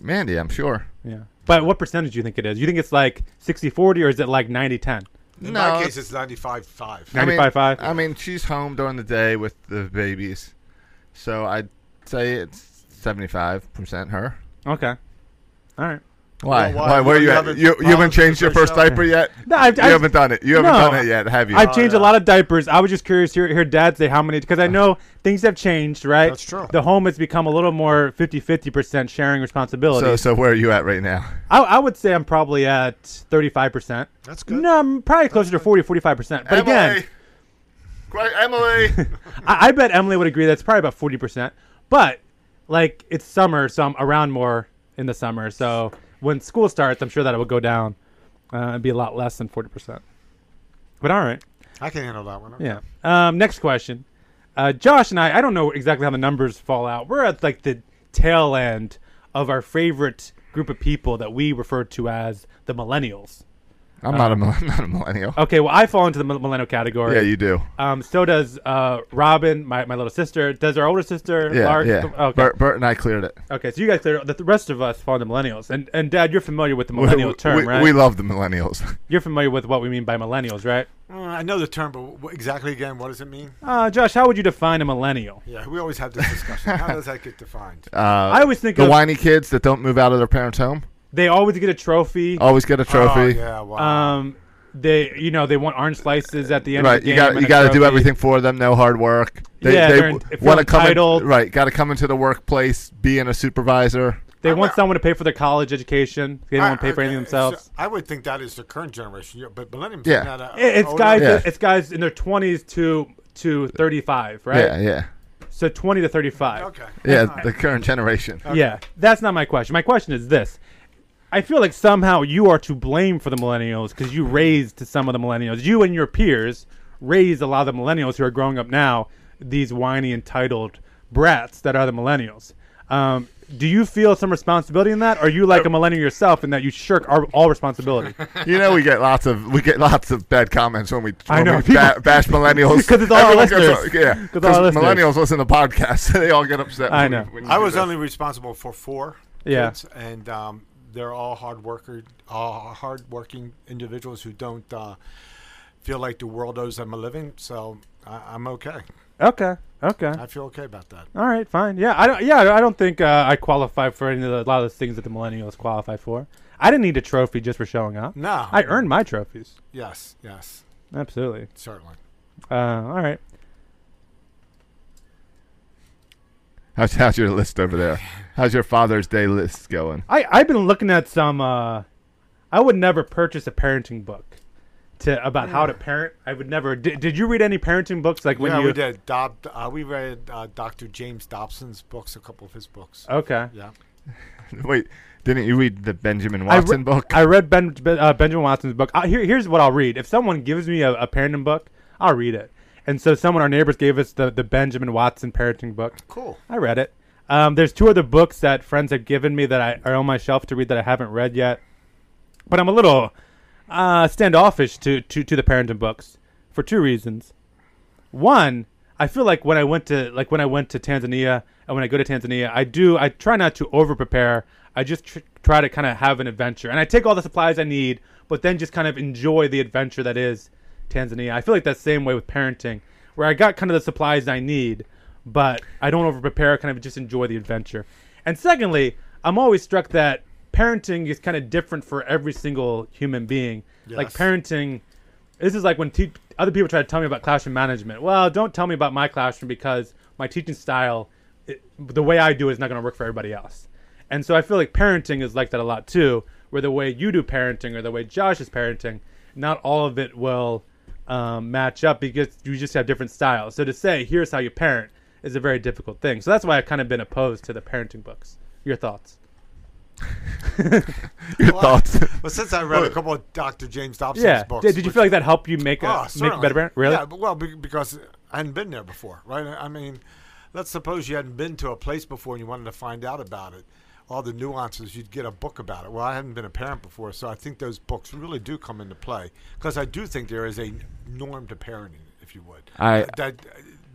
A: Mandy, I'm sure.
D: Yeah. But what percentage do you think it is? You think it's like 60 40 or is it like 90 10?
F: In
A: no,
F: my case,
A: it's-
F: it's ninety-five five.
A: I mean,
D: 95.5?
A: I mean, she's home during the day with the babies, so I'd say it's seventy-five percent her.
D: Okay. All right.
A: Why?
F: Well, why?
A: why? Where
F: You
A: you? At?
F: haven't
A: You, you haven't
F: bothered to
A: changed your
F: finish
A: first
F: up?
A: diaper yet?
D: No, I've-
A: you
D: I've-
A: haven't done it. You haven't
D: No.
A: done it yet, have you?
D: I've changed a lot of diapers. I was just curious to hear, hear dad say how many, because I know things have changed, right?
F: That's true.
D: The home has become a little more 50 50% sharing responsibility.
A: so, so where are you at right now?
D: I, I would say I'm probably at 35%.
F: That's good.
D: No, I'm probably closer to 40 45%. But again,
A: Emily, Quick, Emily.
D: I, I bet Emily would agree that's probably about forty percent. But like it's summer, so I'm around more in the summer. So when school starts, I'm sure that it will go down uh, and be a lot less than forty percent. But all right,
F: I can handle that one. okay.
D: yeah. Um, next question, uh, Josh and I. I don't know exactly how the numbers fall out. We're at like the tail end of our favorite group of people that we refer to as the millennials.
A: I'm not a mil- I'm not a millennial.
D: Okay, well I fall into the mil- millennial category.
A: Yeah, you do.
D: Um, so does uh, Robin, my, my little sister. Does our older sister?
A: Yeah,
D: Lark,
A: yeah.
D: Okay.
A: Bert, Bert and I cleared it.
D: Okay, so you guys, clear, the the rest of us fall into millennials, and and Dad, you're familiar with the millennial
A: we,
D: term,
A: we,
D: right?
A: we love the millennials.
D: you're familiar with what we mean by millennials, right?
F: Mm, I know the term, but wh- exactly again, what does it mean?
D: Uh, Josh, how would you define a millennial?
F: Yeah, we always have this discussion. How does that get defined?
A: Uh,
D: I always think
A: the
D: of,
A: whiny kids that don't move out of their parents' home
D: they always get a trophy.
A: always get a
F: Oh,
A: trophy.
F: yeah, wow.
D: Um, they you know they want orange slices at the end.
A: Right,
D: of the
A: you
D: game
A: got
D: and
A: you
D: a
A: got to do
D: trophy.
A: everything for them. No hard work.
D: Yeah, they're
A: w-
D: en- feel
A: wanna come in-
D: entitled.
A: right, got to come into the workplace, being a supervisor.
D: They
F: I'm
D: want
F: not-
D: someone to pay for their college education. They don't want to pay for anything
F: okay, so
D: themselves.
F: I would think that is the current generation, yeah, but millennials.
A: Yeah.
F: not a,
D: It- it's
F: older-
D: guys.
A: Yeah.
D: It's guys in their twenties to to thirty five, right?
A: Yeah, yeah,
D: So twenty to thirty five.
F: Okay.
A: yeah. The current generation.
D: Yeah, that's not my question. My question is this: I feel like somehow you are to blame for the millennials because you raised some of the millennials. You and your peers raised a lot of the millennials who are growing up now. These whiny, entitled brats that are the millennials. Um, do you feel some responsibility in that? Or are you like a millennial yourself in that you shirk our, all responsibility?
A: You know, we get lots of we get lots of bad comments when we
D: I
A: when
D: know,
A: we
D: people-
A: ba- bash millennials
D: 'Cause it's all our
A: Everyone gets-
D: listeners.
A: yeah,
D: 'Cause all our
A: millennials listen to podcasts, so they all get upset.
D: I
A: when we-
D: know.
A: when you
F: I
A: do
F: was
A: this.
F: only responsible for four
D: Yeah.
F: kids, and um, they're all hard worker, all hardworking individuals who don't uh, feel like the world owes them a living. So I, I'm okay.
D: okay. Okay.
F: I feel okay about that.
D: All right, fine. Yeah, I don't. Yeah, I don't think uh, I qualify for any of the, a lot of the things that the millennials qualify for. I didn't need a trophy just for showing up.
F: No.
D: I earned my trophies.
F: Yes, yes,
D: Absolutely.
F: certainly.
D: Uh, all right.
A: How's, how's your list over there? How's your Father's Day list going?
D: I I've been looking at some. Uh, I would never purchase a parenting book, to about how to parent. I would never. Did, did you read any parenting books? Like when
F: Mm. yeah,
D: you
F: we did. Dob, uh, we read uh, Dr. James Dobson's books, a couple of his books.
D: Okay.
F: yeah.
A: Wait, didn't you read the Benjamin
D: I re-
A: Watson book?
D: I read ben, Ben- uh, Benjamin Watson's book. I, here, here's what I'll read. If someone gives me a, a parenting book, I'll read it. And so, someone, our neighbors, gave us the, the Benjamin Watson parenting book.
F: Cool.
D: I read it. Um, there's two other books that friends have given me that I are on my shelf to read that I haven't read yet. But I'm a little uh, standoffish to, to, to the parenting books for two reasons. One, I feel like when I went to like when I went to Tanzania and when I go to Tanzania, I do I try not to over prepare. I just tr- try to kind of have an adventure, and I take all the supplies I need, but then just kind of enjoy the adventure that is Tanzania. I feel like that same way with parenting, where I got kind of the supplies I need, but I don't over prepare. Kind of just enjoy the adventure. And secondly, I'm always struck that parenting is kind of different for every single human being. Like
F: Yes.
D: parenting this is like when te- other people try to tell me about classroom management. Well, don't tell me about my classroom because my teaching style, it, the way I do, it is not going to work for everybody else. And so I feel like parenting is like that a lot too, where the way you do parenting or the way Josh is parenting, not all of it will um, match up because you just have different styles. So to say here's how you parent is a very difficult thing. So that's why I've kind of been opposed to the parenting books. Your thoughts?
A: Your
F: Well,
A: thoughts?
F: Well, since I read a couple of Dr. James Dobson's
D: yeah.
F: books.
D: Did, did you
F: which-
D: feel like that helped you make a,
F: Oh,
D: make a
F: certainly.
D: better parent? Really?
F: Yeah, but, well, be- because I hadn't been there before, right? I mean, let's suppose you hadn't been to a place before and you wanted to find out about it, all the nuances, you'd get a book about it. Well, I hadn't been a parent before, so I think those books really do come into play because I do think there is a norm to parenting, if you would. Uh,
G: I-
F: that,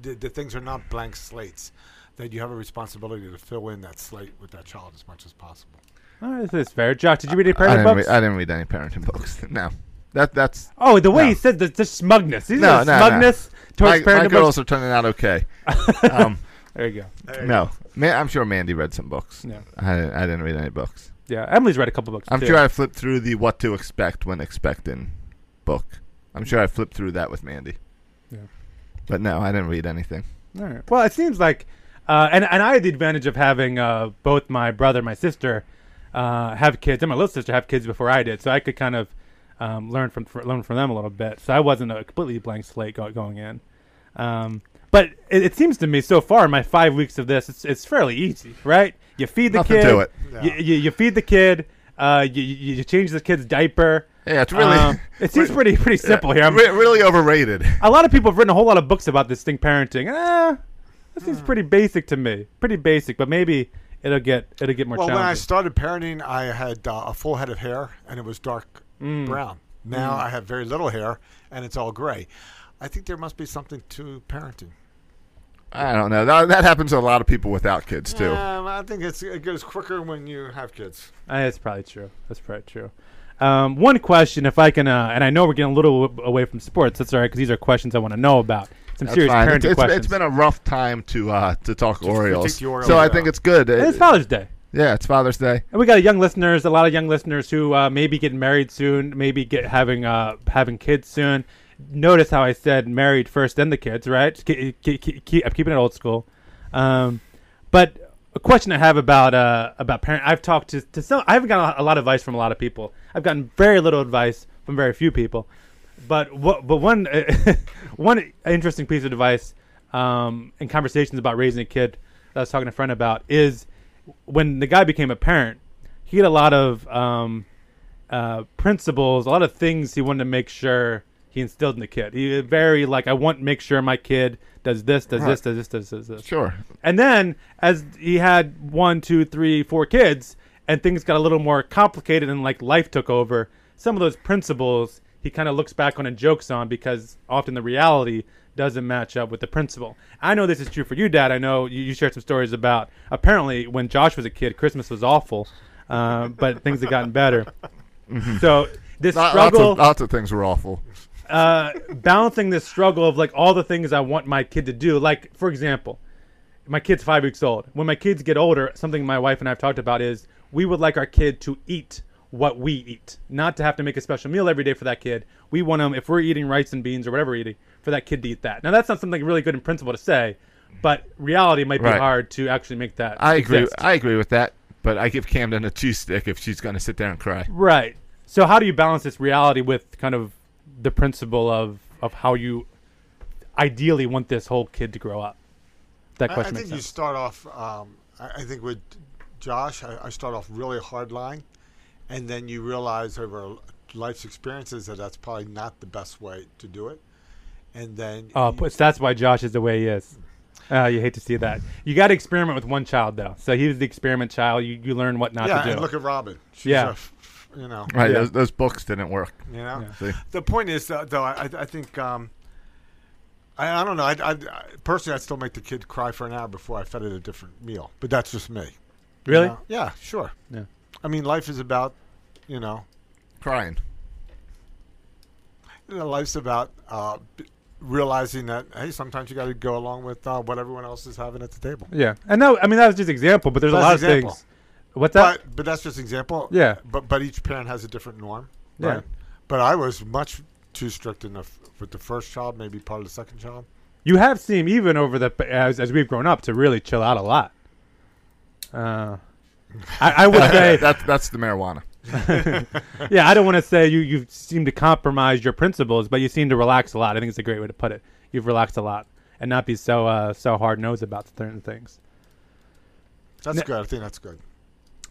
F: that the things are not blank slates. That you have a responsibility to fill in that slate with that child as much as possible.
D: All right, Oh, this is fair. Josh, did you read any
A: I
D: parenting
A: didn't,
D: books?
A: read, I didn't read any parenting books. No, that that's
D: Oh, the way
A: No.
D: he said the, the smugness. These
A: no
D: are
A: no, no.
D: smugness
A: My,
D: towards
A: my
D: parenting
A: girls
D: books.
A: are turning out okay. um,
D: There you go.
A: no, Man, I'm sure Mandy read some books.
D: Yeah.
A: I, didn't- I didn't read any books.
D: Yeah, Emily's read a couple books.
A: I'm
D: too.
A: sure I flipped through the "What to Expect When Expecting" book. I'm sure I flipped through that with Mandy.
D: Yeah.
A: But no, I didn't read anything.
D: All right. Well, it seems like, uh, and and I had the advantage of having uh, both my brother and my sister uh, have kids, and my little sister have kids before I did, so I could kind of um, learn from fr- learn from them a little bit. So I wasn't a completely blank slate go- going in. Um, but it, it seems to me so far, in my five weeks of this, it's, it's fairly easy, right? You feed the
A: Nothing
D: kid.
A: to it.
D: You, you, you feed the kid. Uh, you, you you change the kid's diaper.
A: Yeah, it's really-
D: Um, it seems pretty pretty simple here. I'm-
A: Re- really overrated.
D: a lot of people have written a whole lot of books about this thing parenting. Ah, that
A: Hmm.
D: seems pretty basic to me. Pretty basic, but maybe it'll get it'll get more
F: Well, when I
D: challenging.
F: started parenting, I had uh, a full head of hair and it was dark
D: Mm.
F: brown. Now I have very little hair and it's all gray. I think there must be something to parenting.
A: I don't know. That, that happens to a lot of people without kids too.
F: Um, I think it's, it goes quicker when you have kids.
D: Ah, that's probably true. That's probably true. Um, one question, if I can, uh, and I know we're getting a little w- away from sports. That's all right, because these are questions I want to know about. Some
A: That's
D: serious
A: fine.
D: parenting
A: It's- it's-
D: questions.
A: it's been a rough time to uh, to talk Orioles.
F: the Orioles
A: so I
F: out.
A: think it's good.
D: And
A: It-
D: it's Father's Day.
A: yeah, it's Father's Day.
D: And we got young listeners, a lot of young listeners who uh, maybe getting married soon, maybe get having uh, having kids soon. Notice how I said married first, then the kids, right? Ke- ke- ke- ke- I'm keeping it old school. Um, but a question I have about uh, about parent, I've talked to, to some. I haven't gotten a lot of advice from a lot of people. I've gotten very little advice from very few people. But what? But one one interesting piece of advice um, in conversations about raising a kid that I was talking to a friend about is when the guy became a parent, he had a lot of um, uh, principles, a lot of things he wanted to make sure he instilled in the kid. He was very like, I want to make sure my kid does this, does this, does this, does this, does this.
A: Sure.
D: And then as he had one, two, three, four kids, and things got a little more complicated and like life took over, some of those principles he kind of looks back on and jokes on because often the reality doesn't match up with the principle. I know this is true for you, Dad. I know you, you shared some stories about apparently when Josh was a kid, Christmas was awful, uh, but things have gotten better. So this
A: Lot- Uh, Lots
D: struggle
A: of, lots of things were awful.
D: uh, balancing this struggle of like all the things I want my kid to do. Like, for example, my kid's five weeks old. When my kids get older, something my wife and I have talked about is we would like our kid to eat what we eat, not to have to make a special meal every day for that kid. We want them, if we're eating rice and beans or whatever we're eating, for that kid to eat that. Now, that's not something really good in principle to say, but reality might be
A: Right.
D: hard to actually make that.
A: I agree.
D: exist.
A: I agree with that. But I give Camden a cheese stick if she's going to sit there and cry.
D: Right. So how do you balance this reality with kind of the principle of of how you ideally want this whole kid to grow up. If That
F: I, I
D: question
F: think
D: makes
F: you
D: sense.
F: start off. Um, I, I think with Josh, I, I start off really hard line, and then you realize over life's experiences that that's probably not the best way to do it. And then
D: Uh, but that's why Josh is the way he is. Uh, you hate to see that. You got to experiment with one child though. So he was the experiment child. You, you learn what not
F: yeah,
D: to do.
F: and look at Robin. She's
D: Yeah.
F: a f- you know,
A: Right,
D: Yeah.
A: those, those books didn't work.
F: you know.
A: See?
F: The point is, uh, though, I, I- I think um, I, I don't know. I, I, I- personally, I'd still make the kid cry for an hour before I fed it a different meal, but that's just me. you
D: really?
F: know? Yeah, sure.
D: Yeah.
F: I mean, life is about, you know,
A: Crying.
F: you know, life's about uh, b- realizing that hey, sometimes you got to go along with uh, what everyone else is having at the table.
D: Yeah. And no, I mean that was just example, but there's a
F: That's
D: lot
F: example.
D: of things. What's that?
F: But but that's just an example.
D: Yeah.
F: But but each parent has a different norm.
D: Yeah.
F: Right? But I was much too strict enough with the first child, maybe part of the second child.
D: you have seen even over the as, as we've grown up to really chill out a lot. Uh, I, I would say,
A: That's that's the marijuana.
D: yeah, I don't want to say you you seem to compromise your principles, but you seem to relax a lot. I think it's a great way to put it. You've relaxed a lot and not be so uh, so hard nosed about certain things.
F: That's
D: Now-
F: good. I think that's good.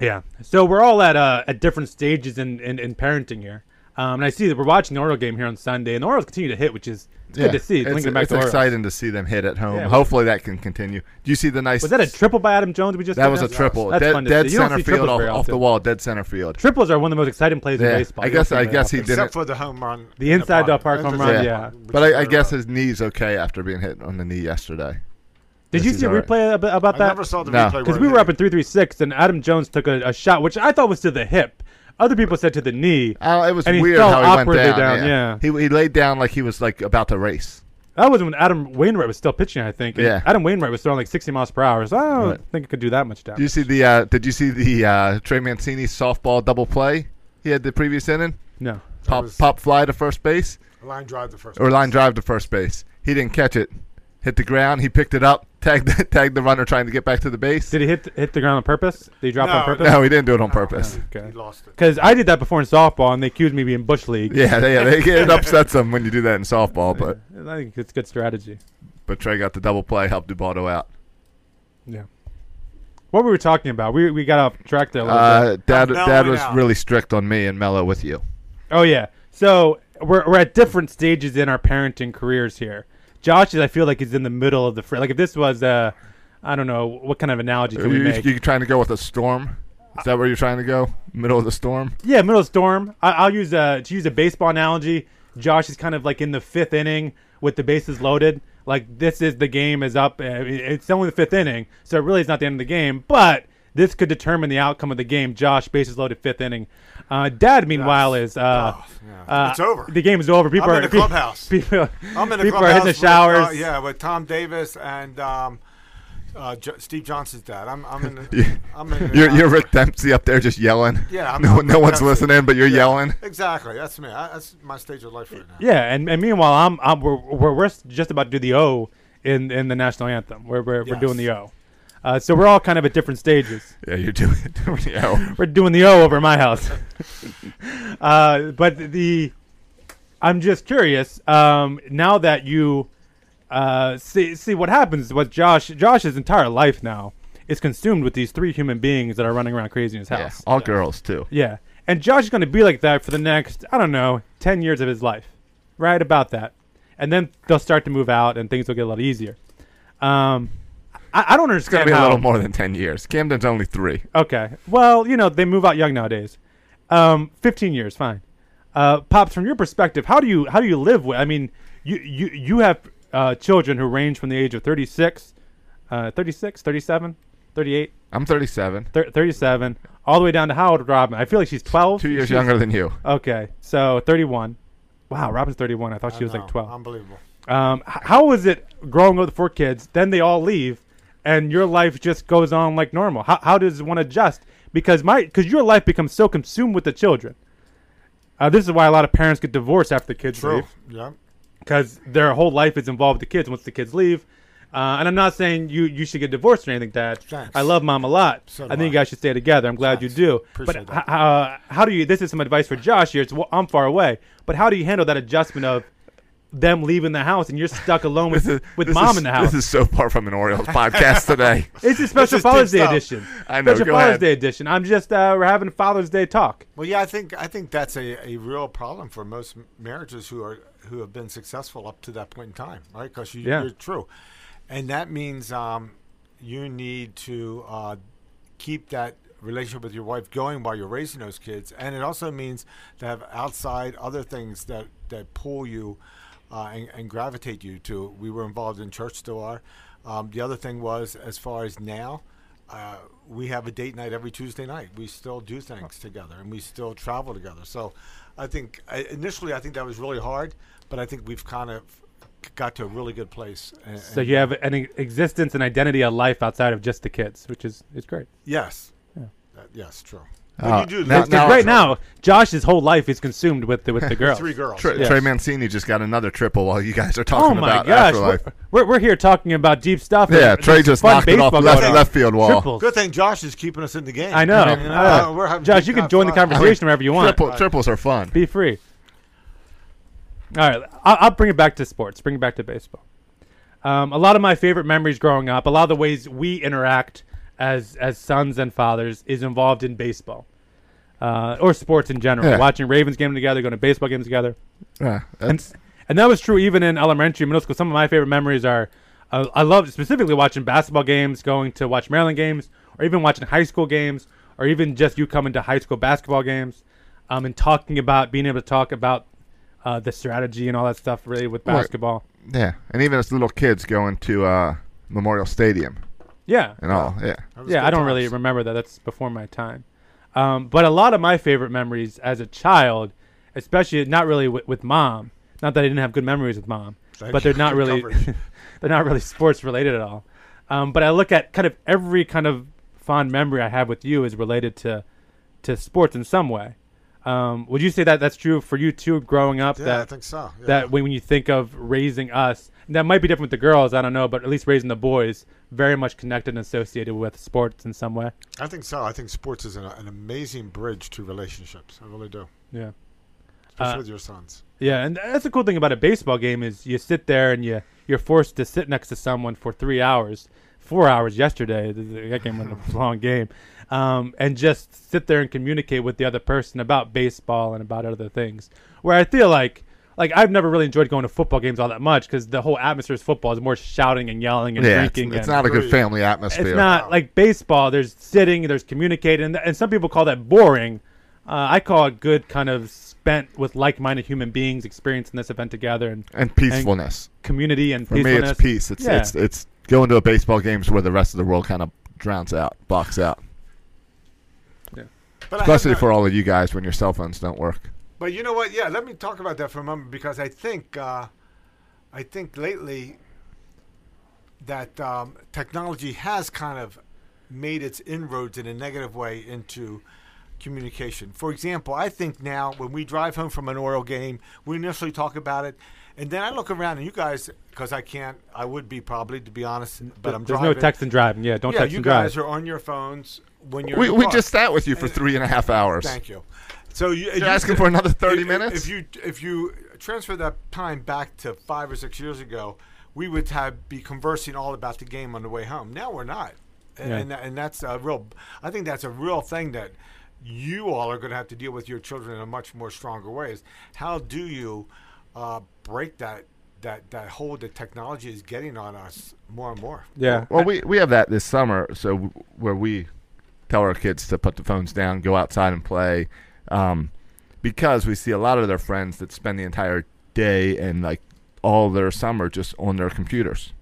D: Yeah. So we're all at uh, at different stages in, in, in parenting here. Um, and I see that we're watching the Orioles game here on Sunday, and the Orioles continue to hit, which is it's good to see.
A: It's,
D: Linking back
A: it's
D: to Orioles.
A: exciting to see them hit at home.
D: Yeah.
A: Hopefully that can continue. Do you see the nice?
D: Was that a triple by Adam Jones? We just
A: That was a
D: announced?
A: triple.
D: That's
A: dead
D: fun to
A: dead
D: see. You don't
A: center
D: see
A: field
D: triples
A: off,
D: very
A: off the
D: often.
A: wall. Dead center field.
D: Triples are one of the most exciting plays
A: Yeah.
D: in baseball.
A: I
D: You don't
A: guess-
D: see
A: I
D: that
A: guess
D: often.
A: he did-
F: Except
A: it-
F: for the home run.
D: The
F: in
D: inside the
F: park.
D: park home
F: That's
D: run,
F: the-
D: yeah.
F: which
A: But
F: is
A: I, I
F: very
A: guess
F: rare.
A: his knee's okay after being hit on the knee yesterday.
D: Did you
A: This
D: see a
A: is all right.
D: replay ab- about
F: I
D: that?
F: never saw the
A: No.
F: replay where
D: Because we
F: it
D: were up
F: hit.
D: at three three six, and Adam Jones took a, a shot, which I thought was to the hip. Other people said to the knee.
A: Oh, it was
D: And he
A: weird
D: fell
A: how he went
D: awkwardly
A: down.
D: down, yeah.
A: yeah. He, he laid down like he was like about to race.
D: That was when Adam Wainwright was still pitching, I think. and
A: Yeah.
D: Adam Wainwright was throwing like sixty miles per hour, so I don't
A: Right.
D: think it could do that much damage.
A: Did you see the? Uh, did you see the uh, Trey Mancini softball double play? He had the previous inning.
D: no.
A: Pop
F: was-
A: pop fly to first base
F: Line drive the first.
A: or line drive to first base. He didn't catch it. Hit the ground. He picked it up. Tagged the, tagged the runner trying to get back to the base.
D: Did he hit hit the ground on purpose? Did he drop
F: No,
D: on purpose?
A: no, he didn't do it on purpose.
D: Okay.
F: He lost it.
D: Because I did that before in softball, and they accused me of being bush league.
A: Yeah, they, yeah, they, it upsets them when you do that in softball. But
D: I think it's good strategy.
A: but Trey got the double play, helped Dubaldo out.
D: Yeah. What were we talking about? We we got off track there a little bit.
A: Uh, dad,
F: Mellow
A: dad
F: it
A: was
F: out.
A: really strict on me and Mello with you.
D: Oh yeah. So we're we're at different stages in our parenting careers here. Josh is I feel like is in the middle of the fr- like if this was uh I don't know what kind of analogy
A: Are
D: can we
A: you,
D: make?
A: you trying to go with a storm? Is that where you're trying to go? Middle of the storm?
D: Yeah, middle of storm. I, I'll use a to use a baseball analogy. Josh is kind of like in the fifth inning with the bases loaded. Like this is the game is up. uh, it- It's only the fifth inning, so it really is not the end of the game. But this could determine the outcome of the game. Josh bases loaded, fifth inning. Uh, Dad, meanwhile, is uh,
F: Oh, yeah.
D: uh,
F: It's over.
D: The game is over. People
F: I'm
D: are
F: in the clubhouse.
D: People,
F: I'm in the
D: people
F: clubhouse
D: are in the
F: with,
D: showers.
F: uh, yeah, with Tom Davis and um, uh, Jo- Steve Johnson's dad. I'm, I'm in.
A: You-
F: The, I'm in. The, uh,
A: You're, you're Rick Dempsey up there just yelling.
F: Yeah, I'm-
A: no,
F: I'm
A: no
F: Rick
A: one's
F: Dempsey.
A: listening, but you're
F: Yeah.
A: yelling.
F: Exactly. That's me. I, that's my stage of life right now.
D: Yeah, and, and meanwhile, I'm, I'm we're, we're we're just about to do the O in in the national anthem. We're we're, we're doing
F: Yes.
D: the O, uh, so we're all kind of at different stages.
A: Yeah, you're doing it. yeah.
D: we're doing the O over at my house. uh, but the I'm just curious. Um, now that you uh, see see what happens, what Josh Josh's entire life now is consumed with these three human beings that are running around crazy in his
A: Yeah,
D: house.
A: All girls, too.
D: Yeah. And Josh is going to be like that for the next, I don't know, 10 years of his life. Right about that. And then they'll start to move out and things will get a lot easier. Um, I, I don't
A: It's going
D: understand
A: to be a
D: how.
A: little more than 10 years. Camden's only three.
D: Okay. Well, you know, they move out young nowadays. Um, 15 years, fine. Uh, Pops, from your perspective, how do you how do you live with? I mean, you you you have uh, children who range from the age of 36, uh, 36, 37, 38,
A: I'm 37,
D: thir- 37, all the way down to how old Robin? I feel like she's 12.
A: two years
D: She's-
A: younger than you.
D: Okay, so 31. Wow, Robin's 31. I thought she was
F: No,
D: like 12.
F: Unbelievable.
D: Um, h- how was it growing up with four kids? Then they all leave, and your life just goes on like normal. How, how does one adjust? Because my because your life becomes so consumed with the children. Uh, this is why a lot of parents get divorced after the kids
F: True.
D: leave
F: Yeah.
D: because their whole life is involved with the kids. Once the kids leave, Uh, and I'm not saying you, you should get divorced or anything like that.
F: Thanks.
D: I love mom a lot.
F: So do
D: I think you
F: I.
D: guys should stay together. I'm glad
F: Thanks.
D: you do.
F: Appreciate
D: but
F: that.
D: h- uh, how do you? This is some advice for Josh here. It's well, I'm far away, but how do you handle that adjustment of them leaving the house and you're stuck alone with
A: This-
D: with
A: this
D: mom
A: is-
D: in the house?
A: This is so far from an Orioles podcast today.
D: it's a special
A: is
D: Father's Day
A: different
D: edition.
A: stuff. I know,
D: Special
A: go
D: Father's
A: ahead.
D: Day edition. I'm just uh, we're having Father's Day talk.
F: Well, yeah, I think I think that's a, a real problem for most m- marriages who are who have been successful up to that point in time, right? Because you,
D: Yeah.
F: you're true, and that means um, you need to uh, keep that relationship with your wife going while you're raising those kids, and it also means to have outside other things that that pull you uh, and, and gravitate you to. We were involved in church, still are. Um, the other thing was as far as now uh, we have a date night every Tuesday night. We still do things
D: Oh.
F: together and we still travel together. So I think I, initially I think that was really hard, but I think we've kind of got to a really good place. And,
D: So you have an e- existence, an identity, a life outside of just the kids, which is is great.
F: yes, Uh, yes, true.
G: Uh,
F: When you do
G: now-
F: that,
G: now-
D: Because right now, Josh's whole life is consumed with the, with the girls.
F: three girls.
A: Tre-
F: yeah.
A: Trey Mancini just got another triple while you guys are
D: Oh
A: talking
D: my
A: about
D: gosh, we're,
A: afterlife.
D: we're, we're here talking about deep stuff. and
A: Yeah,
D: there's
A: Trey just
D: fun
A: knocked it off
D: baseball
A: left,
D: going on.
A: left field wall.
D: Triples.
F: Good thing Josh is keeping us in the game.
D: I know.
F: mean,
D: Uh,
F: uh, we're having
D: Josh,
F: deep
D: you can
F: dive
D: join the
F: fun.
D: conversation wherever you want.
A: Triple, triples are fun.
D: Be free. All right, I'll, I'll bring it back to sports. Bring it back to baseball. Um, a lot of my favorite memories growing up, a lot of the ways we interact as as sons and fathers, is involved in baseball uh, or sports in general.
A: Yeah.
D: Watching Ravens game together, going to baseball games together.
A: Yeah,
D: and, and that was true even in elementary middle school some of my favorite memories are uh, i love specifically watching basketball games going to watch maryland games or even watching high school games or even just you coming to high school basketball games um, and talking about being able to talk about uh, the strategy and all that stuff really with
A: Right.
D: basketball
A: yeah, and even as little kids going to uh, Memorial Stadium
D: yeah
A: and all. Yeah,
D: yeah, I don't really remember that. That's before my time. Um, but a lot of my favorite memories as a child, especially not really with, with mom. Not that I didn't have good memories with mom,
F: Thank
D: but they're
F: you.
D: not
F: Good
D: really
F: coverage.
D: they're not really sports related at all. Um, but I look at kind of every kind of fond memory I have with you is related to to sports in some way. Um, would you say that that's true for you too, growing up?
F: Yeah,
D: that
F: I think so. Yeah.
D: that when, when you think of raising us, and that might be different with the girls, I don't know, but at least raising the boys, very much connected and associated with sports in some way.
F: I think so. I think sports is an, an amazing bridge to relationships. I really
D: Uh,
F: do,
D: Yeah.
F: especially
D: Uh,
F: with your sons.
D: Yeah, and that's the cool thing about a baseball game is you sit there and you you're forced to sit next to someone for three hours, four hours yesterday. th- th- That game was a long game, um, and just sit there and communicate with the other person about baseball and about other things. Where I feel like like I've never really enjoyed going to football games all that much because the whole atmosphere is football is more shouting and yelling and
A: yeah. It's,
D: drinking.
A: it's
D: and,
A: not a good
F: Agreed.
A: family atmosphere.
D: It's not like baseball. There's sitting, there's communicating, and, and some people call that boring. Uh, I call it good, kind of spent with like-minded human beings experiencing this event together and
A: and peacefulness.
D: community and
A: For me,
D: peacefulness.
A: it's peace. It's
D: Yeah.
A: it's it's going to a baseball games where the rest of the world kind of drowns out, box out.
F: But I have
A: Especially
F: no-
A: for all of you guys when your cell phones don't work.
F: But you know what? Yeah, let me talk about that for a moment because I think uh, I think lately that um, technology has kind of made its inroads in a negative way into communication. For example, I think now when we drive home from an oral game, we initially talk about it, and then I look around and you guys, because I can't, I would be probably to be honest, but I'm
D: there's
F: driving.
D: no text and driving. Yeah, don't
F: Yeah,
D: text
F: you
D: and
F: guys
D: drive.
F: are on your phones when you're. in
A: We,
F: the
A: we
F: car.
A: just sat with you for three and a half hours.
F: Thank you. So you,
A: You're asking for another 30
F: if-
A: minutes?
F: If you if you transfer that time back to five or six years ago, we would have be conversing all about the game on the way home. Now we're not, and
D: Yeah.
F: and, and that's a real. I think that's a real thing that you all are going to have to deal with your children in a much more stronger way. Is how do you uh, break that that that hold that technology is getting on us more and more?
D: yeah,
A: Well, we, we have that this summer, so w- where we tell our kids to put the phones down, go outside and play, um, because we see a lot of their friends that spend the entire day and like all their summer just on their computers.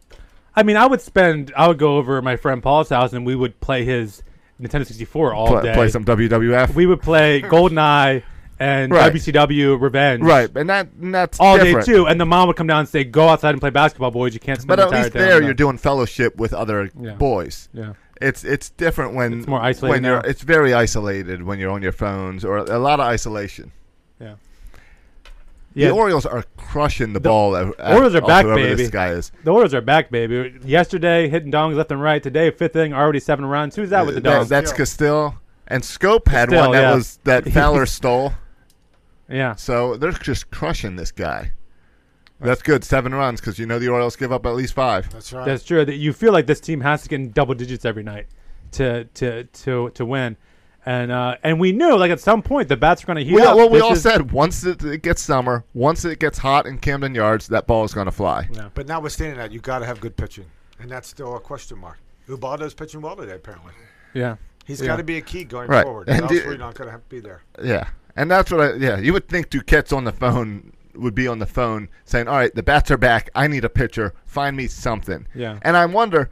D: I mean, I would spend. I would go over to my friend Paul's house and we would play his Nintendo 64 all
A: Play,
D: day.
A: play some WWF.
D: We would play GoldenEye and
A: Right.
D: WCW Revenge.
A: right, and that and that's
D: All
A: different.
D: day too, and the mom would come down and say, "Go outside and play basketball, boys. You can't spend
A: But
D: the
A: at
D: entire
A: least
D: day on
A: there,
D: that."
A: you're doing fellowship with other
D: Yeah.
A: boys.
D: Yeah.
A: It's it's different when
D: It's more isolated
A: when you're
D: now.
A: it's very isolated when you're on your phones or a lot of isolation.
D: Yeah. Yeah.
A: The Orioles are crushing the, ball. at- at-
D: Orioles are
A: off
D: back,
A: whoever This
D: baby.
A: guy is.
D: The orders are back, baby. Yesterday, hitting dongs left and right. Today, fifth inning, already seven runs. Who's that with the
A: That-
D: dongs?
A: that's Castile. And Scope had
D: Castile,
A: one that
D: yeah.
A: was that Fowler stole.
D: yeah.
A: So they're just crushing this guy. That's good. Seven runs because you know the Orioles give up at least five.
F: That's right.
D: That's true. That you feel like this team has to get in double digits every night to to to to win, and uh, and we knew like at some point the bats were going to heat
A: We,
D: up.
A: well, we
D: This
A: all
D: is-
A: said once it, it gets summer, once it gets hot in Camden Yards, that ball is going to fly.
D: Yeah.
F: But notwithstanding that, you got to have good pitching, and that's still a question mark. Ubaldo's pitching well today, apparently.
D: yeah,
F: He's
D: Yeah.
F: got to be a key going
A: Right.
F: forward.
A: And
F: And else
A: the-
F: we're not going to be there.
A: Yeah, and that's what I. Yeah, you would think Duquette's on the phone would be on the phone saying, "All right, the bats are back. I need a pitcher. Find me something."
D: Yeah.
A: and I wonder.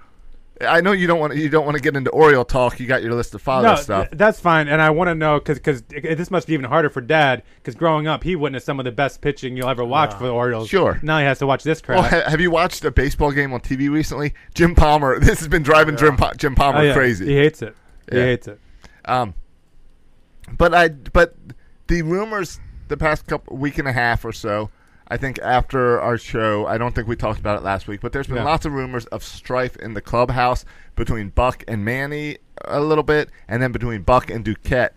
A: I know you don't want you don't want to get into Oriole talk. You got your list of father
D: no,
A: stuff.
D: th- that's fine. And I want to know because this must be even harder for Dad because growing up he witnessed some of the best pitching you'll ever watch for the Orioles.
A: Sure.
D: Now he has to watch this crap.
A: Well, ha- have you watched a baseball game on TV recently? Jim Palmer. This has been driving Jim, pa- Jim Palmer
D: Oh, yeah.
A: crazy.
D: He hates it. He
A: Yeah.
D: hates it.
A: Um, but I but the rumors the past couple week and a half or so. I think after our show, I don't think we talked about it last week, but there's been
D: Yeah.
A: lots of rumors of strife in the clubhouse between Buck and Manny a little bit, and then between Buck and Duquette.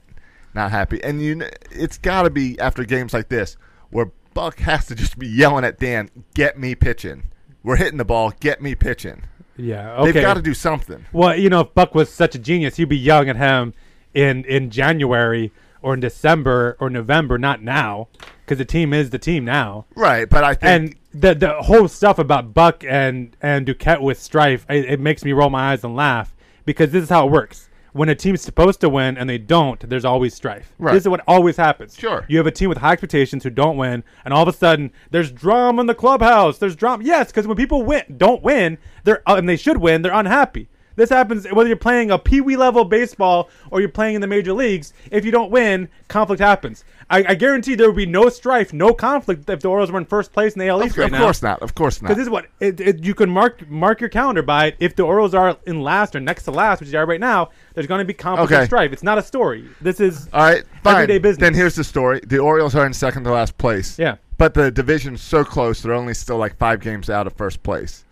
A: Not happy, and you. kn- It's got to be after games like this where Buck has to just be yelling at Dan, "Get me pitching. We're hitting the ball. Get me pitching."
D: Yeah. Okay.
A: They've got to do something.
D: Well, you know, if Buck was such a genius, he'd be yelling at him in in January or in December or November, not now, because the team is the team now.
A: Right, but I think
D: And the the whole stuff about Buck and and Duquette with strife, it, it makes me roll my eyes and laugh because this is how it works. When a team's supposed to win and they don't, there's always strife.
A: Right.
D: This is what always happens.
A: Sure.
D: You have a team with high expectations who don't win, and all of a sudden there's drama in the clubhouse. There's drama. Yes, because when people win, don't win, they're uh, and they should win. They're unhappy. This happens whether you're playing a pee wee level baseball or you're playing in the major leagues. If you don't win, conflict happens. I, I guarantee there would be no strife, no conflict if the Orioles were in first place in the AL East
A: of,
D: right
A: of
D: now.
A: course not. Of course not.
D: Because this is what it, it, you can mark mark your calendar by it. If the Orioles are in last or next to last, which they are right now, there's going to be conflict
A: Okay. Uh,
D: and strife. It's not a story. This is
A: All right, fine.
D: everyday business.
A: Then here's the story: the Orioles are in second to last place.
D: Yeah.
A: but the division's so close; they're only still like five games out of first place.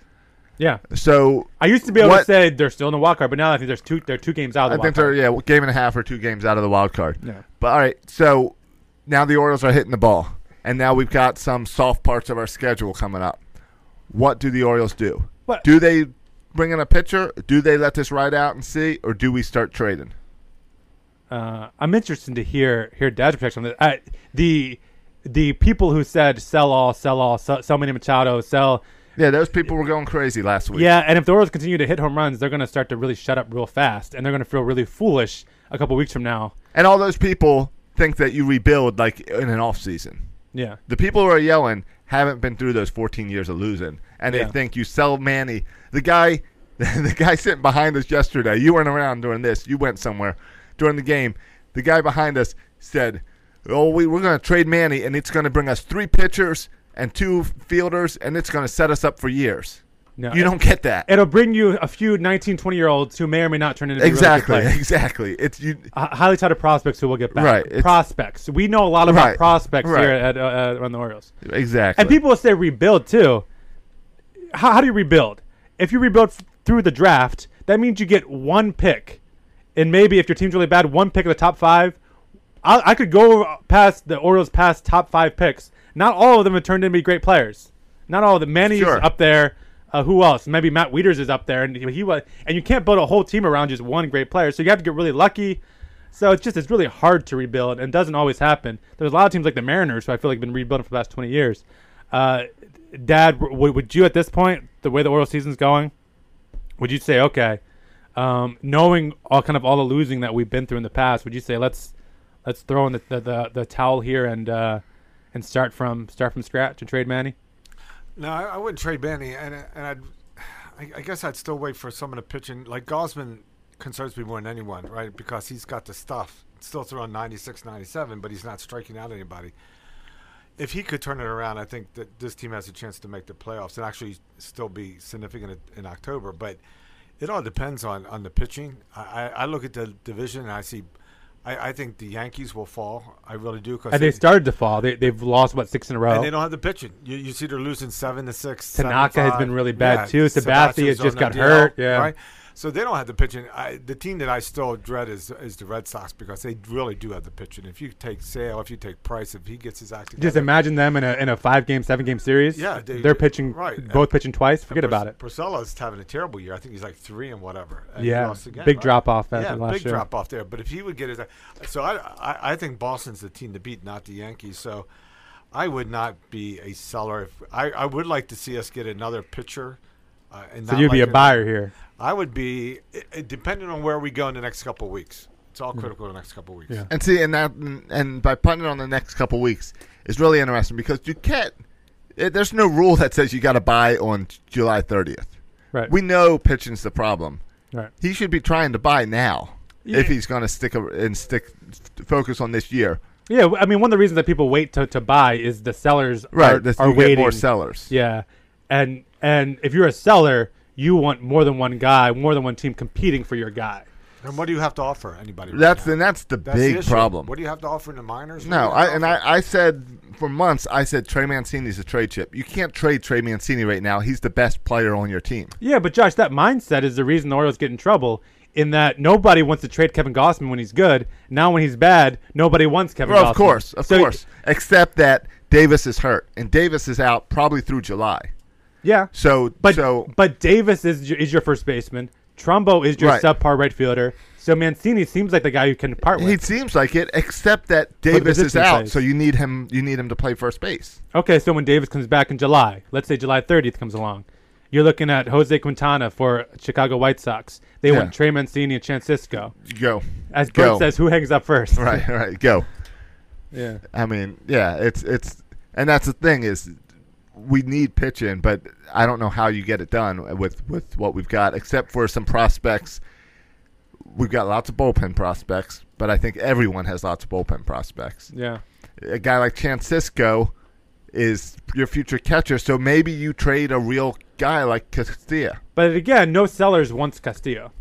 D: yeah.
A: So
D: I used to be able
A: What-
D: to say they're still in the wild card, but now I think there's two. They're two games out. Of the
A: I
D: wild
A: think
D: card.
A: they're yeah, well, game and a half or two games out of the wild card.
D: Yeah.
A: But all right, so now the Orioles are hitting the ball, and now we've got some soft parts of our schedule coming up. What do the Orioles do?
D: What-
A: do they bring in a pitcher? Do they let this ride out and see, or do we start trading?
D: uh, I'm interested to hear hear Dad's protection on this. I, the the people who said sell all, sell all, sell, sell many Machado, sell
A: Yeah, those people were going crazy last week.
D: Yeah, and if the Orioles continue to hit home runs, they're going to start to really shut up real fast, and they're going to feel really foolish a couple weeks from now.
A: and all those people think that you rebuild like in an off season.
D: Yeah,
A: The people who are yelling haven't been through those 14 years of losing, and they
D: Yeah.
A: think you sell Manny. The guy, the guy sitting behind us yesterday. You weren't around during this. You went somewhere during the game. The guy behind us said, "Oh, we, we're going to trade Manny, and it's going to bring us three pitchers and two fielders, and it's going to set us up for years."
D: No,
A: you
D: it-
A: don't get that.
D: it'll bring you a few 19, 20 year olds who may or may not turn into really good
A: exactly,
D: players.
A: exactly. It's you.
D: Hi- highly touted prospects who will get back.
A: Right, it's-
D: prospects. We know a lot about
A: Right,
D: prospects
A: right.
D: here at uh, uh, on the Orioles.
A: Exactly.
D: And people will say rebuild too. How, how do you rebuild? If you rebuild f- through the draft, that means you get one pick, and maybe if your team's really bad, one pick of the top five. I, I could go past the Orioles past top five picks. Not all of them have turned into be great players. Not all of them. Manny's
A: Sure.
D: up there. Uh, who else? Maybe Matt Wieters is up there, and he was. And you can't build a whole team around just one great player. So you have to get really lucky. So it's just it's really hard to rebuild, and doesn't always happen. There's a lot of teams like the Mariners who I feel like have been rebuilding for the last 20 years. Uh, Dad, w- would you at this point, the way the Orioles season's going, would you say okay, um, knowing all kind of all the losing that we've been through in the past, would you say let's let's throw in the the, the, the towel here and uh, and start from start from scratch and trade Manny?
F: No, I, I wouldn't trade Manny, and and I'd, I, I guess I'd still wait for someone to pitch in. Like Gosman concerns me more than anyone, right? Because he's got the stuff. Still throwing 96, 97, but he's not striking out anybody. If he could turn it around, I think that this team has a chance to make the playoffs and actually still be significant in- in October. But it all depends on, on the pitching. I, I I look at the division and I see I, I think the Yankees will fall. I really do. Cause
D: And they started to fall. They, they've lost what six in a row.
F: and they don't have the pitching. You, you see, they're losing seven to six.
D: Tanaka
F: seven to
D: has
F: five.
D: been really bad,
F: Yeah,
D: too. Sabathia
F: Sabathia's
D: just
F: on
D: got
F: the
D: hurt,
F: DL,
D: yeah.
F: right. So they don't have the pitching. I, the team that I still dread is is the Red Sox because they really do have the pitching. If you take Sale, if you take Price, if he gets his act together,
D: Just imagine them in a in a five game, seven game series.
F: Yeah, they-
D: are pitching
F: right.
D: both pitching twice. Forget about it.
F: Porcella's having a terrible year. I think he's like three and whatever. And he
D: Yeah,
F: lost again,
D: big
F: right?
D: drop off.
F: yeah,
D: last
F: big
D: year.
F: drop off there. But if he would get his, so I, I, I think Boston's the team to beat, not the Yankees. So I would not be a seller. If, I, I would like to see us get another pitcher. Uh, and
D: So
F: not
D: you'd be
F: like
D: a buyer here.
F: I would be, it, it, depending on where we go in the next couple of weeks. It's all critical in the next couple of weeks.
D: Mm. Yeah.
A: And see, and that, and by putting it on the next couple weeks is really interesting because you can't. It, there's no rule that says you got to buy on July 30th.
D: Right.
A: We know pitching's the problem.
D: Right.
A: He should be trying to buy now
D: Yeah.
A: if he's going to stick a, and stick focus on this year.
D: Yeah. w- I mean, one of the reasons that people wait to, to buy is the sellers
A: Right.
D: are,
A: This,
D: are
A: you
D: waiting
A: get more sellers.
D: Yeah, and and if you're a seller, you want more than one guy, more than one team competing for your guy.
F: And what do you have to offer anybody? right
A: That's
F: now?
A: and that's the
F: That's the
A: big
F: issue.
A: problem.
F: What do you have to offer in the minors? What do
A: No,
F: you have
A: I
F: to
A: and
F: offer?
A: I, I said for months I said Trey Mancini's a trade chip. You can't trade Trey Mancini right now. He's the best player on your team.
D: Yeah, but Josh, that mindset is the reason the Orioles get in trouble. In that nobody wants to trade Kevin Gossman when he's good. Now when he's bad, nobody wants Kevin.
A: Well,
D: Gossman.
A: of course, of
D: So-
A: course. Except that Davis is hurt and Davis is out probably through July.
D: Yeah.
A: So
D: But
A: so
D: but Davis is your, is your first baseman. Trumbo is your
A: Right.
D: subpar right fielder. So Mancini seems like the guy you can part
A: he
D: with.
A: seems like it. Except that Davis is
D: position
A: out,
D: plays.
A: so you need him. You need him to play first base.
D: okay, so when Davis comes back in July, let's say July 30th comes along, you're looking at Jose Quintana for Chicago White Sox. They
A: Yeah.
D: want Trey Mancini and Chancisco.
A: Go
D: As
A: go.
D: Bert says, who hangs up first?
A: right, right, go.
D: Yeah.
A: I mean, yeah, it's it's, and that's the thing is, we need pitching, but I don't know how you get it done with with what we've got, except for some prospects. We've got lots of bullpen prospects, but I think everyone has lots of bullpen prospects.
D: Yeah.
A: A guy like Chancisco is your future catcher, so maybe you trade a real guy like Castilla.
D: But again, no sellers wants Castillo.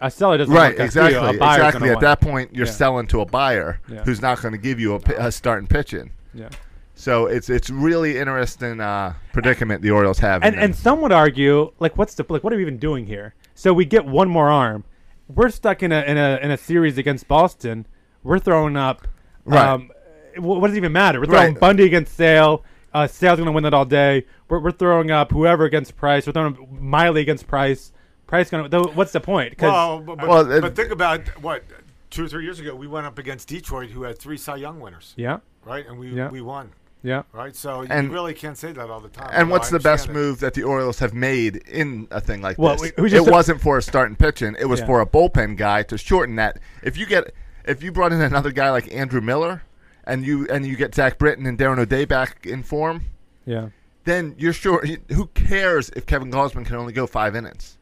D: A seller doesn't
A: Right,
D: want Castillo.
A: exactly,
D: A buyer's
A: exactly.
D: gonna
A: At
D: want.
A: that point, you're
D: Yeah.
A: selling to a buyer
D: Yeah.
A: who's not going to give you a, pi- a starting pitching.
D: Yeah.
A: So it's it's really interesting uh, predicament the Orioles have. in
D: and and
A: this.
D: some would argue like what's the like what are we even doing here so we get one more arm we're stuck in a in a in a series against boston we're throwing up
A: Right.
D: um wh- what does it even matter we're throwing
A: Right.
D: bundy against sale uh sale's gonna win that all day we're, we're throwing up whoever against price we're throwing up miley against price price gonna though, what's the point 'Cause-
F: Well, but, but,
A: Well, it-
F: but think about what two or three years ago we went up against Detroit, who had three Cy Young winners,
D: yeah
F: right? And we
D: Yeah.
F: we won,
D: yeah
F: right? So
A: And-
F: you really can't say that all the time.
A: and
F: although
A: what's
F: I
A: the best
F: understand it.
A: move that the Orioles have made in a thing like
D: Well,
A: this?
D: we- we
A: it
D: just-
A: wasn't for a starting pitching. It was
D: Yeah.
A: for a bullpen guy to shorten that. If you get if you brought in another guy like Andrew Miller, and you and you get Zach Britton and Darren O'Day back in form,
D: yeah
A: then you're sure. Who cares if Kevin Gausman can only go five innings?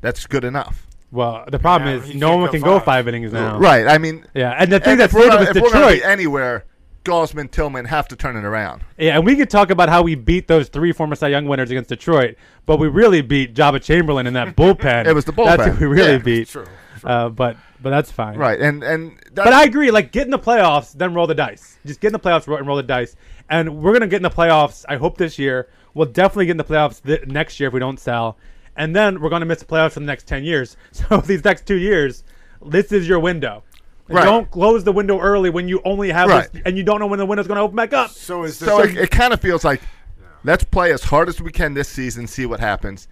A: That's good enough.
D: well the problem
F: Yeah,
D: is
F: he
D: no
F: can't
D: one
F: go
D: can go
F: five.
D: five innings now
A: Right. I mean,
D: yeah and the thing
A: and
D: that's
A: if we're
D: weird
A: gonna,
D: about
A: if we're gonna
D: detroit
A: be anywhere, Gausman, Tillman have to turn it around.
D: Yeah, and we could talk about how we beat those three former Cy Young winners against Detroit, but we really beat Jabba Chamberlain in that bullpen.
A: It was the
D: That's
A: bullpen.
D: who we really
A: Yeah.
D: beat.
F: True,
D: Uh, but but that's fine.
A: Right, and and that,
D: But I agree. Like get in the playoffs, then roll the dice. Just get in the playoffs ro- and roll the dice. And we're gonna get in the playoffs. I hope this year. We'll definitely get in the playoffs th- next year if we don't sell. And then we're gonna miss the playoffs for the next ten years. So these next two years, this is your window.
A: Right.
D: Don't close the window early when you only have
A: Right.
D: this, and you don't know when the window's gonna open back up.
F: So is this
A: so it, it kind of feels like let's play as hard as we can this season, see what happens,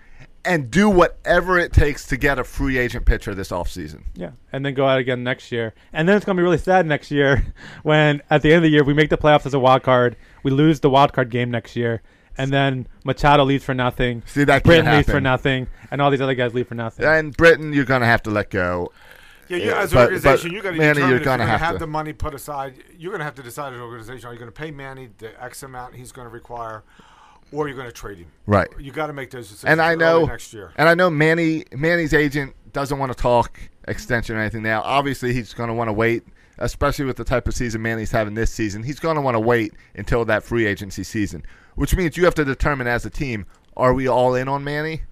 A: and do whatever it takes to get a free agent pitcher this offseason.
D: Yeah, and then go out again next year, and then it's gonna be really sad next year when at the end of the year we make the playoffs as a wild card, we lose the wild card game next year, and then Machado leaves for nothing,
A: See, that can't
D: Britton leaves for
A: happen.
D: nothing, and all these other guys leave for nothing.
A: And Britain, you're going to have to let go.
F: Yeah, you,
A: Yeah,
F: as
A: but-
F: an organization,
A: but
F: you got to
A: Manny,
F: determine
A: you're
F: if
A: gonna
F: you're
A: have
F: have,
A: to.
F: the money put aside. You're going to have to decide as an organization: are you going to pay Manny the X amount he's going to require, or you're going to trade him?
A: Right.
F: You got to make those decisions.
A: And I
F: early
A: know
F: next year.
A: And I know Manny Manny's agent doesn't want to talk extension or anything now. Obviously, he's going to want to wait, especially with the type of season Manny's having this season. He's going to want to wait until that free agency season, which means you have to determine as a team are we all in on Manny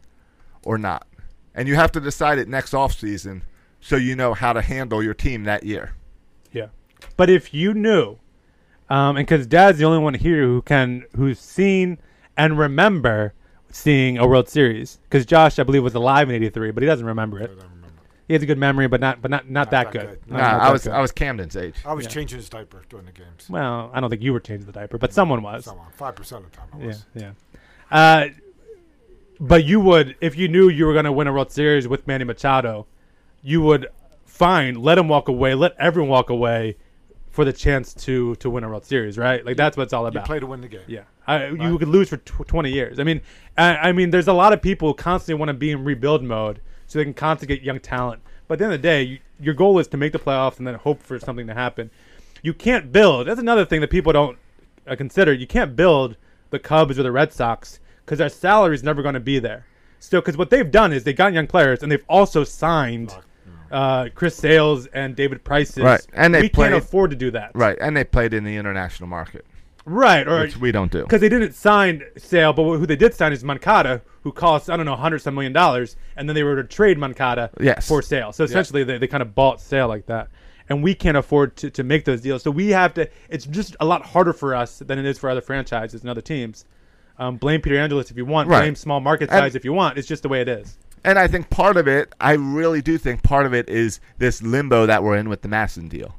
A: or not? And you have to decide it next offseason so you know how to handle your team that year.
D: Yeah. But if you knew, um, and because Dad's the only one here who can, who's seen and remember seeing a World Series, because Josh, I believe, was alive in '83, but he doesn't remember it. He has a good memory, but not, but not, not, that,
F: that
D: good.
F: good.
D: Not-
A: Nah,
D: not
A: I
D: that
A: was
D: good.
A: I was Camden's age.
F: I was changing his diaper during the games.
D: Well, I don't think you were changing the diaper, but someone was.
F: Someone, five percent of the time I
D: Yeah,
F: was.
D: yeah. Uh, but you would, if you knew you were going to win a World Series with Manny Machado, you would fine let him walk away, let everyone walk away for the chance to to win a World Series, right? Like that's what it's all
F: You
D: about.
F: play to win the game.
D: yeah, I, you could lose for tw- twenty years. I mean, I, I mean, there's a lot of people who constantly want to be in rebuild mode so they can constantly get young talent. But at the end of the day, you, your goal is to make the playoffs and then hope for something to happen. You can't build. That's another thing that people don't uh, consider you can't build the Cubs or the Red Sox because their salary is never going to be there. So, because what they've done is they've gotten young players and they've also signed uh, Chris Sales and David Prices.
A: Right, and they
D: we
A: played-
D: can't afford to do that.
A: Right, and they played in the international market,
D: right, or
A: which we don't do.
D: because they didn't sign Sale, but who they did sign is Mancada, who costs I don't know hundred some million dollars, and then they were to trade Mancada
A: Yes.
D: for Sale. So essentially, they, they kind of bought Sale like that, and we can't afford to, to make those deals. So we have to. It's just a lot harder for us than it is for other franchises and other teams. Um, blame Peter Angelis if you want.
A: Right.
D: Blame small market
A: And-
D: size if you want. It's just the way it is.
A: And I think part of it, I really do think part of it is this limbo that we're in with the Masson deal.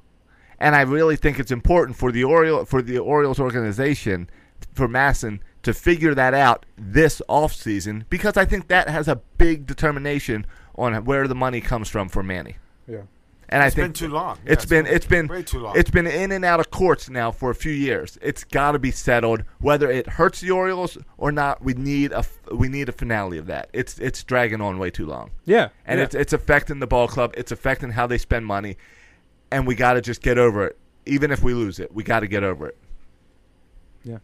A: And I really think it's important for the Oriole for the Orioles organization for Masson to figure that out this offseason because I think that has a big determination on where the money comes from for Manny.
B: Yeah.
A: And
F: It's
A: I
F: been
A: think
F: too long. Yeah,
A: It's
F: it's
A: been
F: been
A: it's been
F: way too long.
A: It's been in and out of courts now for a few years. It's got to be settled, whether it hurts the Orioles or not. We need a f- we need a finale of that. It's it's dragging on way too long.
D: Yeah,
A: and
D: yeah.
A: it's it's affecting the ball club. It's affecting how they spend money, and we got to just get over it. Even if we lose it, we got to get over it.
D: Yeah.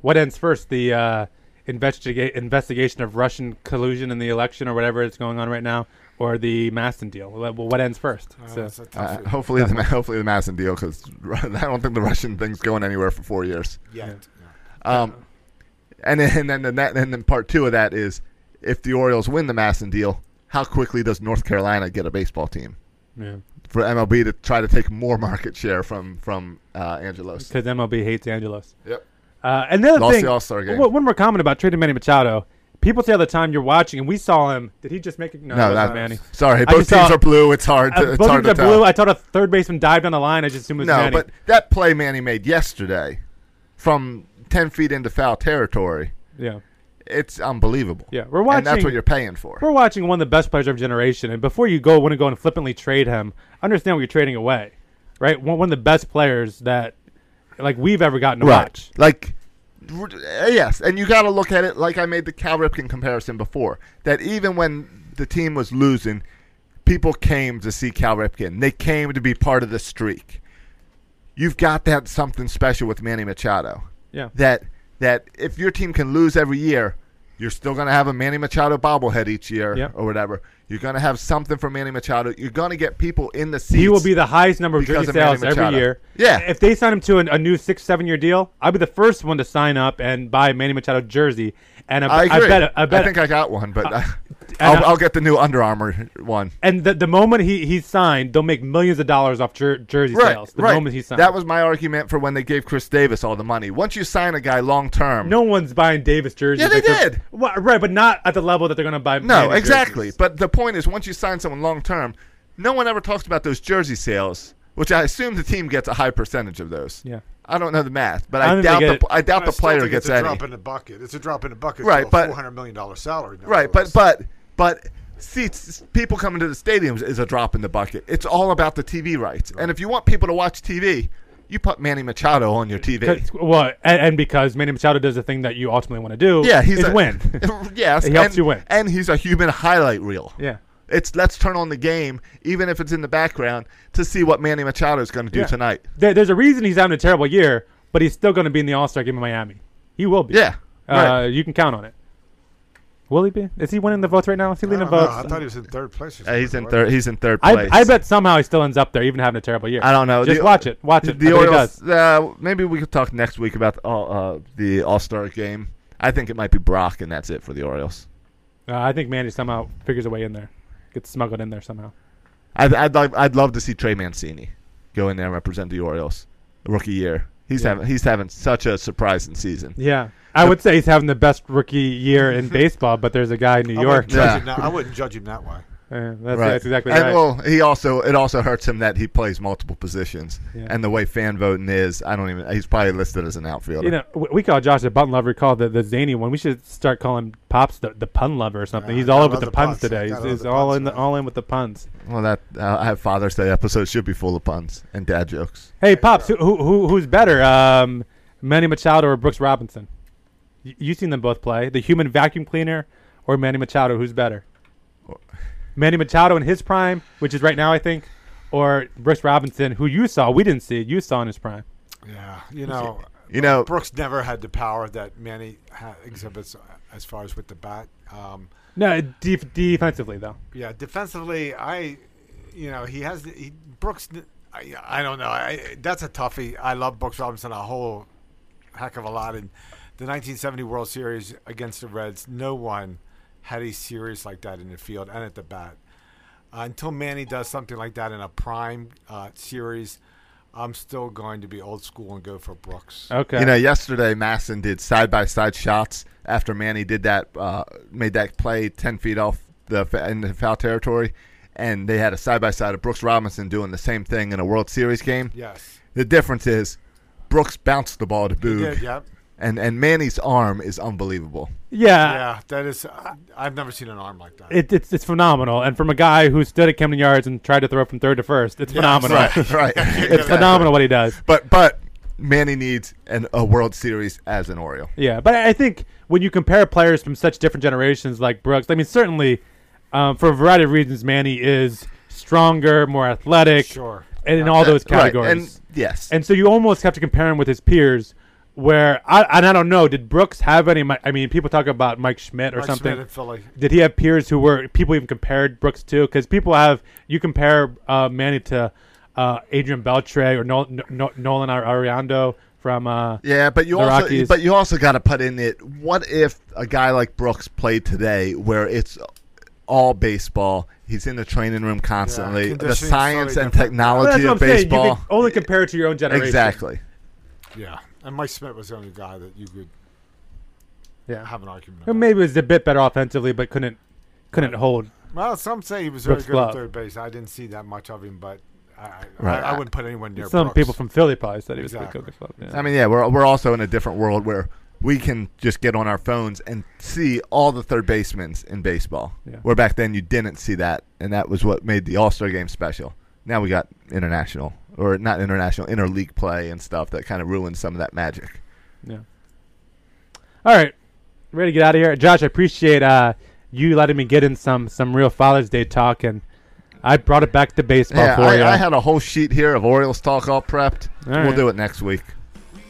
D: What ends first, the uh, investigate investigation of Russian collusion in the election or whatever is going on right now, or the Maston deal? Well, what ends first?
F: Uh,
D: So-
F: that's a tough year.
A: hopefully, the hopefully the Masson deal because I don't think the Russian thing's going anywhere for four years.
F: Yet. Yeah.
A: Um, and then and then the, that- and then part two of that is if the Orioles win the Masson deal, how quickly does North Carolina get a baseball team
D: yeah.
A: for MLB to try to take more market share from from uh, Angelos?
D: Because MLB hates Angelos.
A: Yep.
D: Uh, and the other
A: Lost
D: thing,
A: the All-Star game.
D: One, one more comment about trading Manny Machado. People say all the time you're watching, and we saw him. Did he just make it? No,
A: No,
D: it
A: that,
D: wasn't Uh, Manny.
A: sorry.
D: I
A: Both
D: just saw-
A: teams are blue. It's hard. To,
D: Uh,
A: it's
D: both
A: hard
D: teams are
A: to tell.
D: blue. I thought a third baseman dived down the line. I just assumed it was
A: no,
D: Manny.
A: but that play Manny made yesterday from ten feet into foul territory.
D: yeah.
A: It's unbelievable.
D: Yeah, we're
A: And that's
D: watching-
A: what you're paying for.
D: We're watching one of the best players of our generation, and before you go, want to go and flippantly trade him. Understand what you're trading away, right? One, one of the best players that, like we've ever gotten to watch.
A: Like, r- uh, yes, and you got to look at it like I made the Cal Ripken comparison before. That even when the team was losing, people came to see Cal Ripken. They came to be part of the streak. You've got that something special with Manny Machado.
D: Yeah.
A: That that if your team can lose every year, you're still going to have a Manny Machado bobblehead each year
D: Yep.
A: or whatever. You're going to have something for Manny Machado. You're going to get people in the seats.
D: He will be the highest number of
A: Because
D: jersey
A: of Manny
D: sales every
A: Machado.
D: year.
A: Yeah.
D: If they sign him to an, a new six, seven year deal, I'll be the first one to sign up and buy a Manny Machado jersey. And I,
A: I agree. I,
D: bet. I bet. Uh,
A: think I got one, but I,
D: and
A: I'll,
D: I-
A: I'll get the new Under Armour one.
D: and the, the moment he, he's signed, they'll make millions of dollars off jer- jersey sales. The moment he's signed.
A: That was my argument for when they gave Chris Davis all the money. Once you sign a guy long term,
D: no one's buying Davis jerseys.
A: Yeah, they
D: like they're-
A: did.
D: Well, right, but not at the level that they're going to buy.
A: no,
D: Manny
A: exactly.
D: jerseys.
A: But the point is, once you sign someone long term, no one ever talks about those jersey sales, which I assume the team gets a high percentage of those.
D: Yeah.
A: I don't know the math, but
D: I
A: I,
D: don't think
A: doubt
D: they
A: the
D: get it.
A: I doubt
F: But I
A: the
F: still
A: player
F: think
A: gets
F: it's a
A: any.
F: drop in the bucket. It's a drop in the bucket.
A: Right,
F: to a
A: but-
F: four hundred million dollar salary.
A: Right, but
F: nonetheless.
A: but but seats people coming to the stadiums is a drop in the bucket. It's all about the TV rights. And if you want people to watch TV, you put Manny Machado on your TV.
D: 'Cause- Well, and, and because Manny Machado does the thing that you ultimately want to do.
A: Yeah, he's
D: is
A: a
D: win.
A: yes,
D: He helps
A: and,
D: you win.
A: And he's a human highlight reel.
D: Yeah.
A: It's let's turn on the game, even if it's in the background, to see what Manny Machado is going to do
D: Yeah.
A: tonight.
D: There, there's a reason he's having a terrible year, but he's still going to be in the All Star game in Miami. He will be.
A: Yeah,
D: Uh,
A: right.
D: You can count on it. Will he be? Is he winning the votes right now? Is he
F: I,
D: leading
F: don't
D: the
F: know.
D: votes?
F: I thought he was in third place. or
A: Uh, he's in
F: something,
A: third. He's in third
D: I,
A: place.
D: I bet somehow he still ends up there, even having a terrible year.
A: I don't know.
D: Just
A: The-
D: watch it. Watch it. I
A: The
D: bet he
A: Orioles.
D: does.
A: Uh, maybe we could talk next week about the, all- uh, the All Star game. I think it might be Brock, and that's it for the Orioles.
D: Uh, I think Manny somehow figures a way in there, gets smuggled in there somehow.
A: I'd, I'd like, I'd love to see Trey Mancini. go in there and represent the Orioles rookie year. He's having he's having such a surprising season.
D: Yeah, I would say he's having the best rookie year in baseball, but there's a guy in New
F: I
D: York.
F: wouldn't, judge him
A: Yeah.
F: that, I wouldn't judge him that way.
D: Uh, that's, that's exactly
A: and,
D: right.
A: Well, he also it also hurts him that he plays multiple positions,
D: Yeah.
A: and the way fan voting is, I don't even. He's probably listed as an outfielder.
D: you know, we- we call Josh the button lover. We call the, the zany one. We should start calling Pops the, the pun lover or something.
F: Yeah,
D: he's
F: I
D: all
F: Uh, gotta
D: over
F: love
D: the
F: the
D: puns
F: puns.
D: today. He's,
F: Gotta love
D: he's
F: the
D: all
F: puns,
D: in the,
F: man.
D: all in with the puns.
A: well, that uh, I have Father's Day episode should be full of puns and dad jokes.
D: Hey, Pops, who, who who- who's better, um, Manny Machado or Brooks Robinson? Y- You've seen them both play. The human vacuum cleaner or Manny Machado? Who's better? Manny Machado in his prime, which is right now, I think, or Brooks Robinson, who you saw, we didn't see, you saw in his prime.
F: Yeah, you know,
A: You know,
F: Brooks never had the power that Manny ha- exhibits as far as with the bat. Um,
D: No, def- defensively though.
F: yeah, defensively, I, you know, he has the, he, Brooks. n- I, I don't know. I, that's a toughie. I love Brooks Robinson a whole heck of a lot. And the 1970 World Series against the Reds, no one had a series like that in the field and at the bat. Uh, until Manny does something like that in a prime uh, series, I'm still going to be old school and go for Brooks.
D: Okay.
A: You know, yesterday Masson did side by side shots after Manny did that, uh, made that play ten feet off the fa- in the foul territory, and they had a side by side of Brooks Robinson doing the same thing in a World Series game.
F: Yes.
A: The difference is Brooks bounced the ball to
F: Yeah,
A: Boog,
F: yep.
A: and and Manny's arm is unbelievable.
D: yeah.
F: Yeah, that is. I- I've never seen an arm like that.
D: It, it's it's phenomenal, and from a guy who stood at Camden Yards and tried to throw from third to first, it's phenomenal.
A: Right, right.
D: It's phenomenal what he does.
A: But but Manny needs an, a World Series as an Oriole.
D: Yeah, but I I think when you compare players from such different generations like Brooks, I mean, certainly um, for a variety of reasons, Manny is stronger, more athletic,
F: Sure.
D: and in all those
A: Right, And
D: categories.
A: yes,
D: And so you almost have to compare him with his peers. Where I and I don't know, did Brooks have any? Mi- I mean, people talk about Mike Schmidt or
F: Mike
D: something.
F: Schmidt in Philly.
D: Did he have peers who were people even compared Brooks to? Because people have you compare uh, Manny to uh, Adrian Beltre or Nol- Nol- Nolan Ariando from uh,
A: Yeah, but you
D: the
A: also
D: Rockies.
A: but you also got to put in it. What if a guy like Brooks played today, where it's all baseball? He's in the training room constantly. the
F: conditioning's totally
A: science and
F: different.
D: Well,
A: technology of
D: that's what I'm saying. You
A: baseball.
D: can only compare it to your own generation.
A: exactly.
F: Yeah, and Mike Smith was the only guy that you could
D: Yeah.
F: have an argument.
D: Well,
F: about.
D: maybe it was a bit better offensively, but couldn't couldn't hold.
F: Well, some say he was very
D: Brooks
F: good
D: Love.
F: at third base. I didn't see that much of him, but I, I-
A: Right.
F: I, I wouldn't put anyone near
D: Some
F: Brooks.
D: people from Philly probably said he was
F: Exactly.
D: pretty good. Yeah.
A: I mean, yeah, we're we're also in a different world where we can just get on our phones and see all the third basemen in baseball.
D: Yeah.
A: Where back then you didn't see that, and that was what made the All Star game special. Now we got international or not international interleague play and stuff that kind of ruins some of that magic.
D: yeah. All right, ready to get out of here, Josh. I appreciate uh, you letting me get in some some real Father's Day talk, and I brought it back to baseball
A: Yeah,
D: for
A: I,
D: you.
A: I had a whole sheet here of Orioles talk all prepped.
D: All
A: we'll
D: right.
A: do it next week.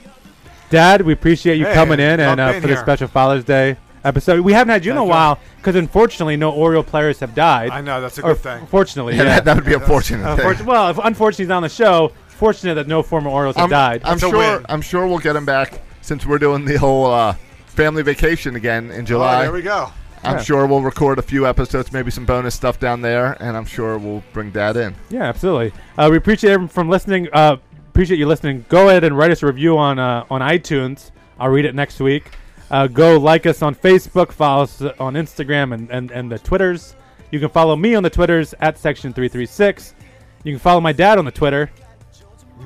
D: Dad, we appreciate you
F: Hey,
D: coming in
F: jump
D: and uh,
F: in
D: for the
F: here.
D: special Father's Day episode. We haven't had you in a
F: That's
D: while because unfortunately, no Oriole players have died.
F: I know that's a
D: Or
F: good thing.
D: Fortunately, yeah.
A: that, that would be a fortunate
D: Unfortu-
A: thing.
D: well, if unfortunately he's on the show. Fortunate that no former Orioles have
A: I'm,
D: died.
A: I'm
F: a
A: sure.
F: win.
A: I'm sure we'll get him back since we're doing the whole uh, family vacation again in
F: Oh,
A: July.
F: there we go.
A: I'm sure we'll record a few episodes, maybe some bonus stuff down there, and I'm sure we'll bring that in.
D: yeah, absolutely. Uh, we appreciate everyone from listening. Uh, appreciate you listening. Go ahead and write us a review on uh, on iTunes. I'll read it next week. Uh, go like us on Facebook, follow us uh, on Instagram and, and, and the Twitters. You can follow me on the Twitters at Section Three Three Six. You can follow my dad on the Twitter.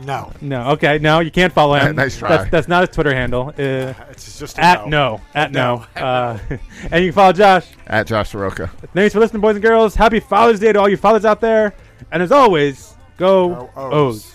F: No,
D: No, okay, no, you can't follow him.
A: Nice try.
D: That's, that's not his Twitter handle. Uh,
F: it's just a
D: at no, at no. Uh, and you can follow Josh.
A: At Josh Soroka.
D: Thanks for listening, boys and girls. Happy Father's Day to all you fathers out there. And as always, go
F: Go O's.
D: O's.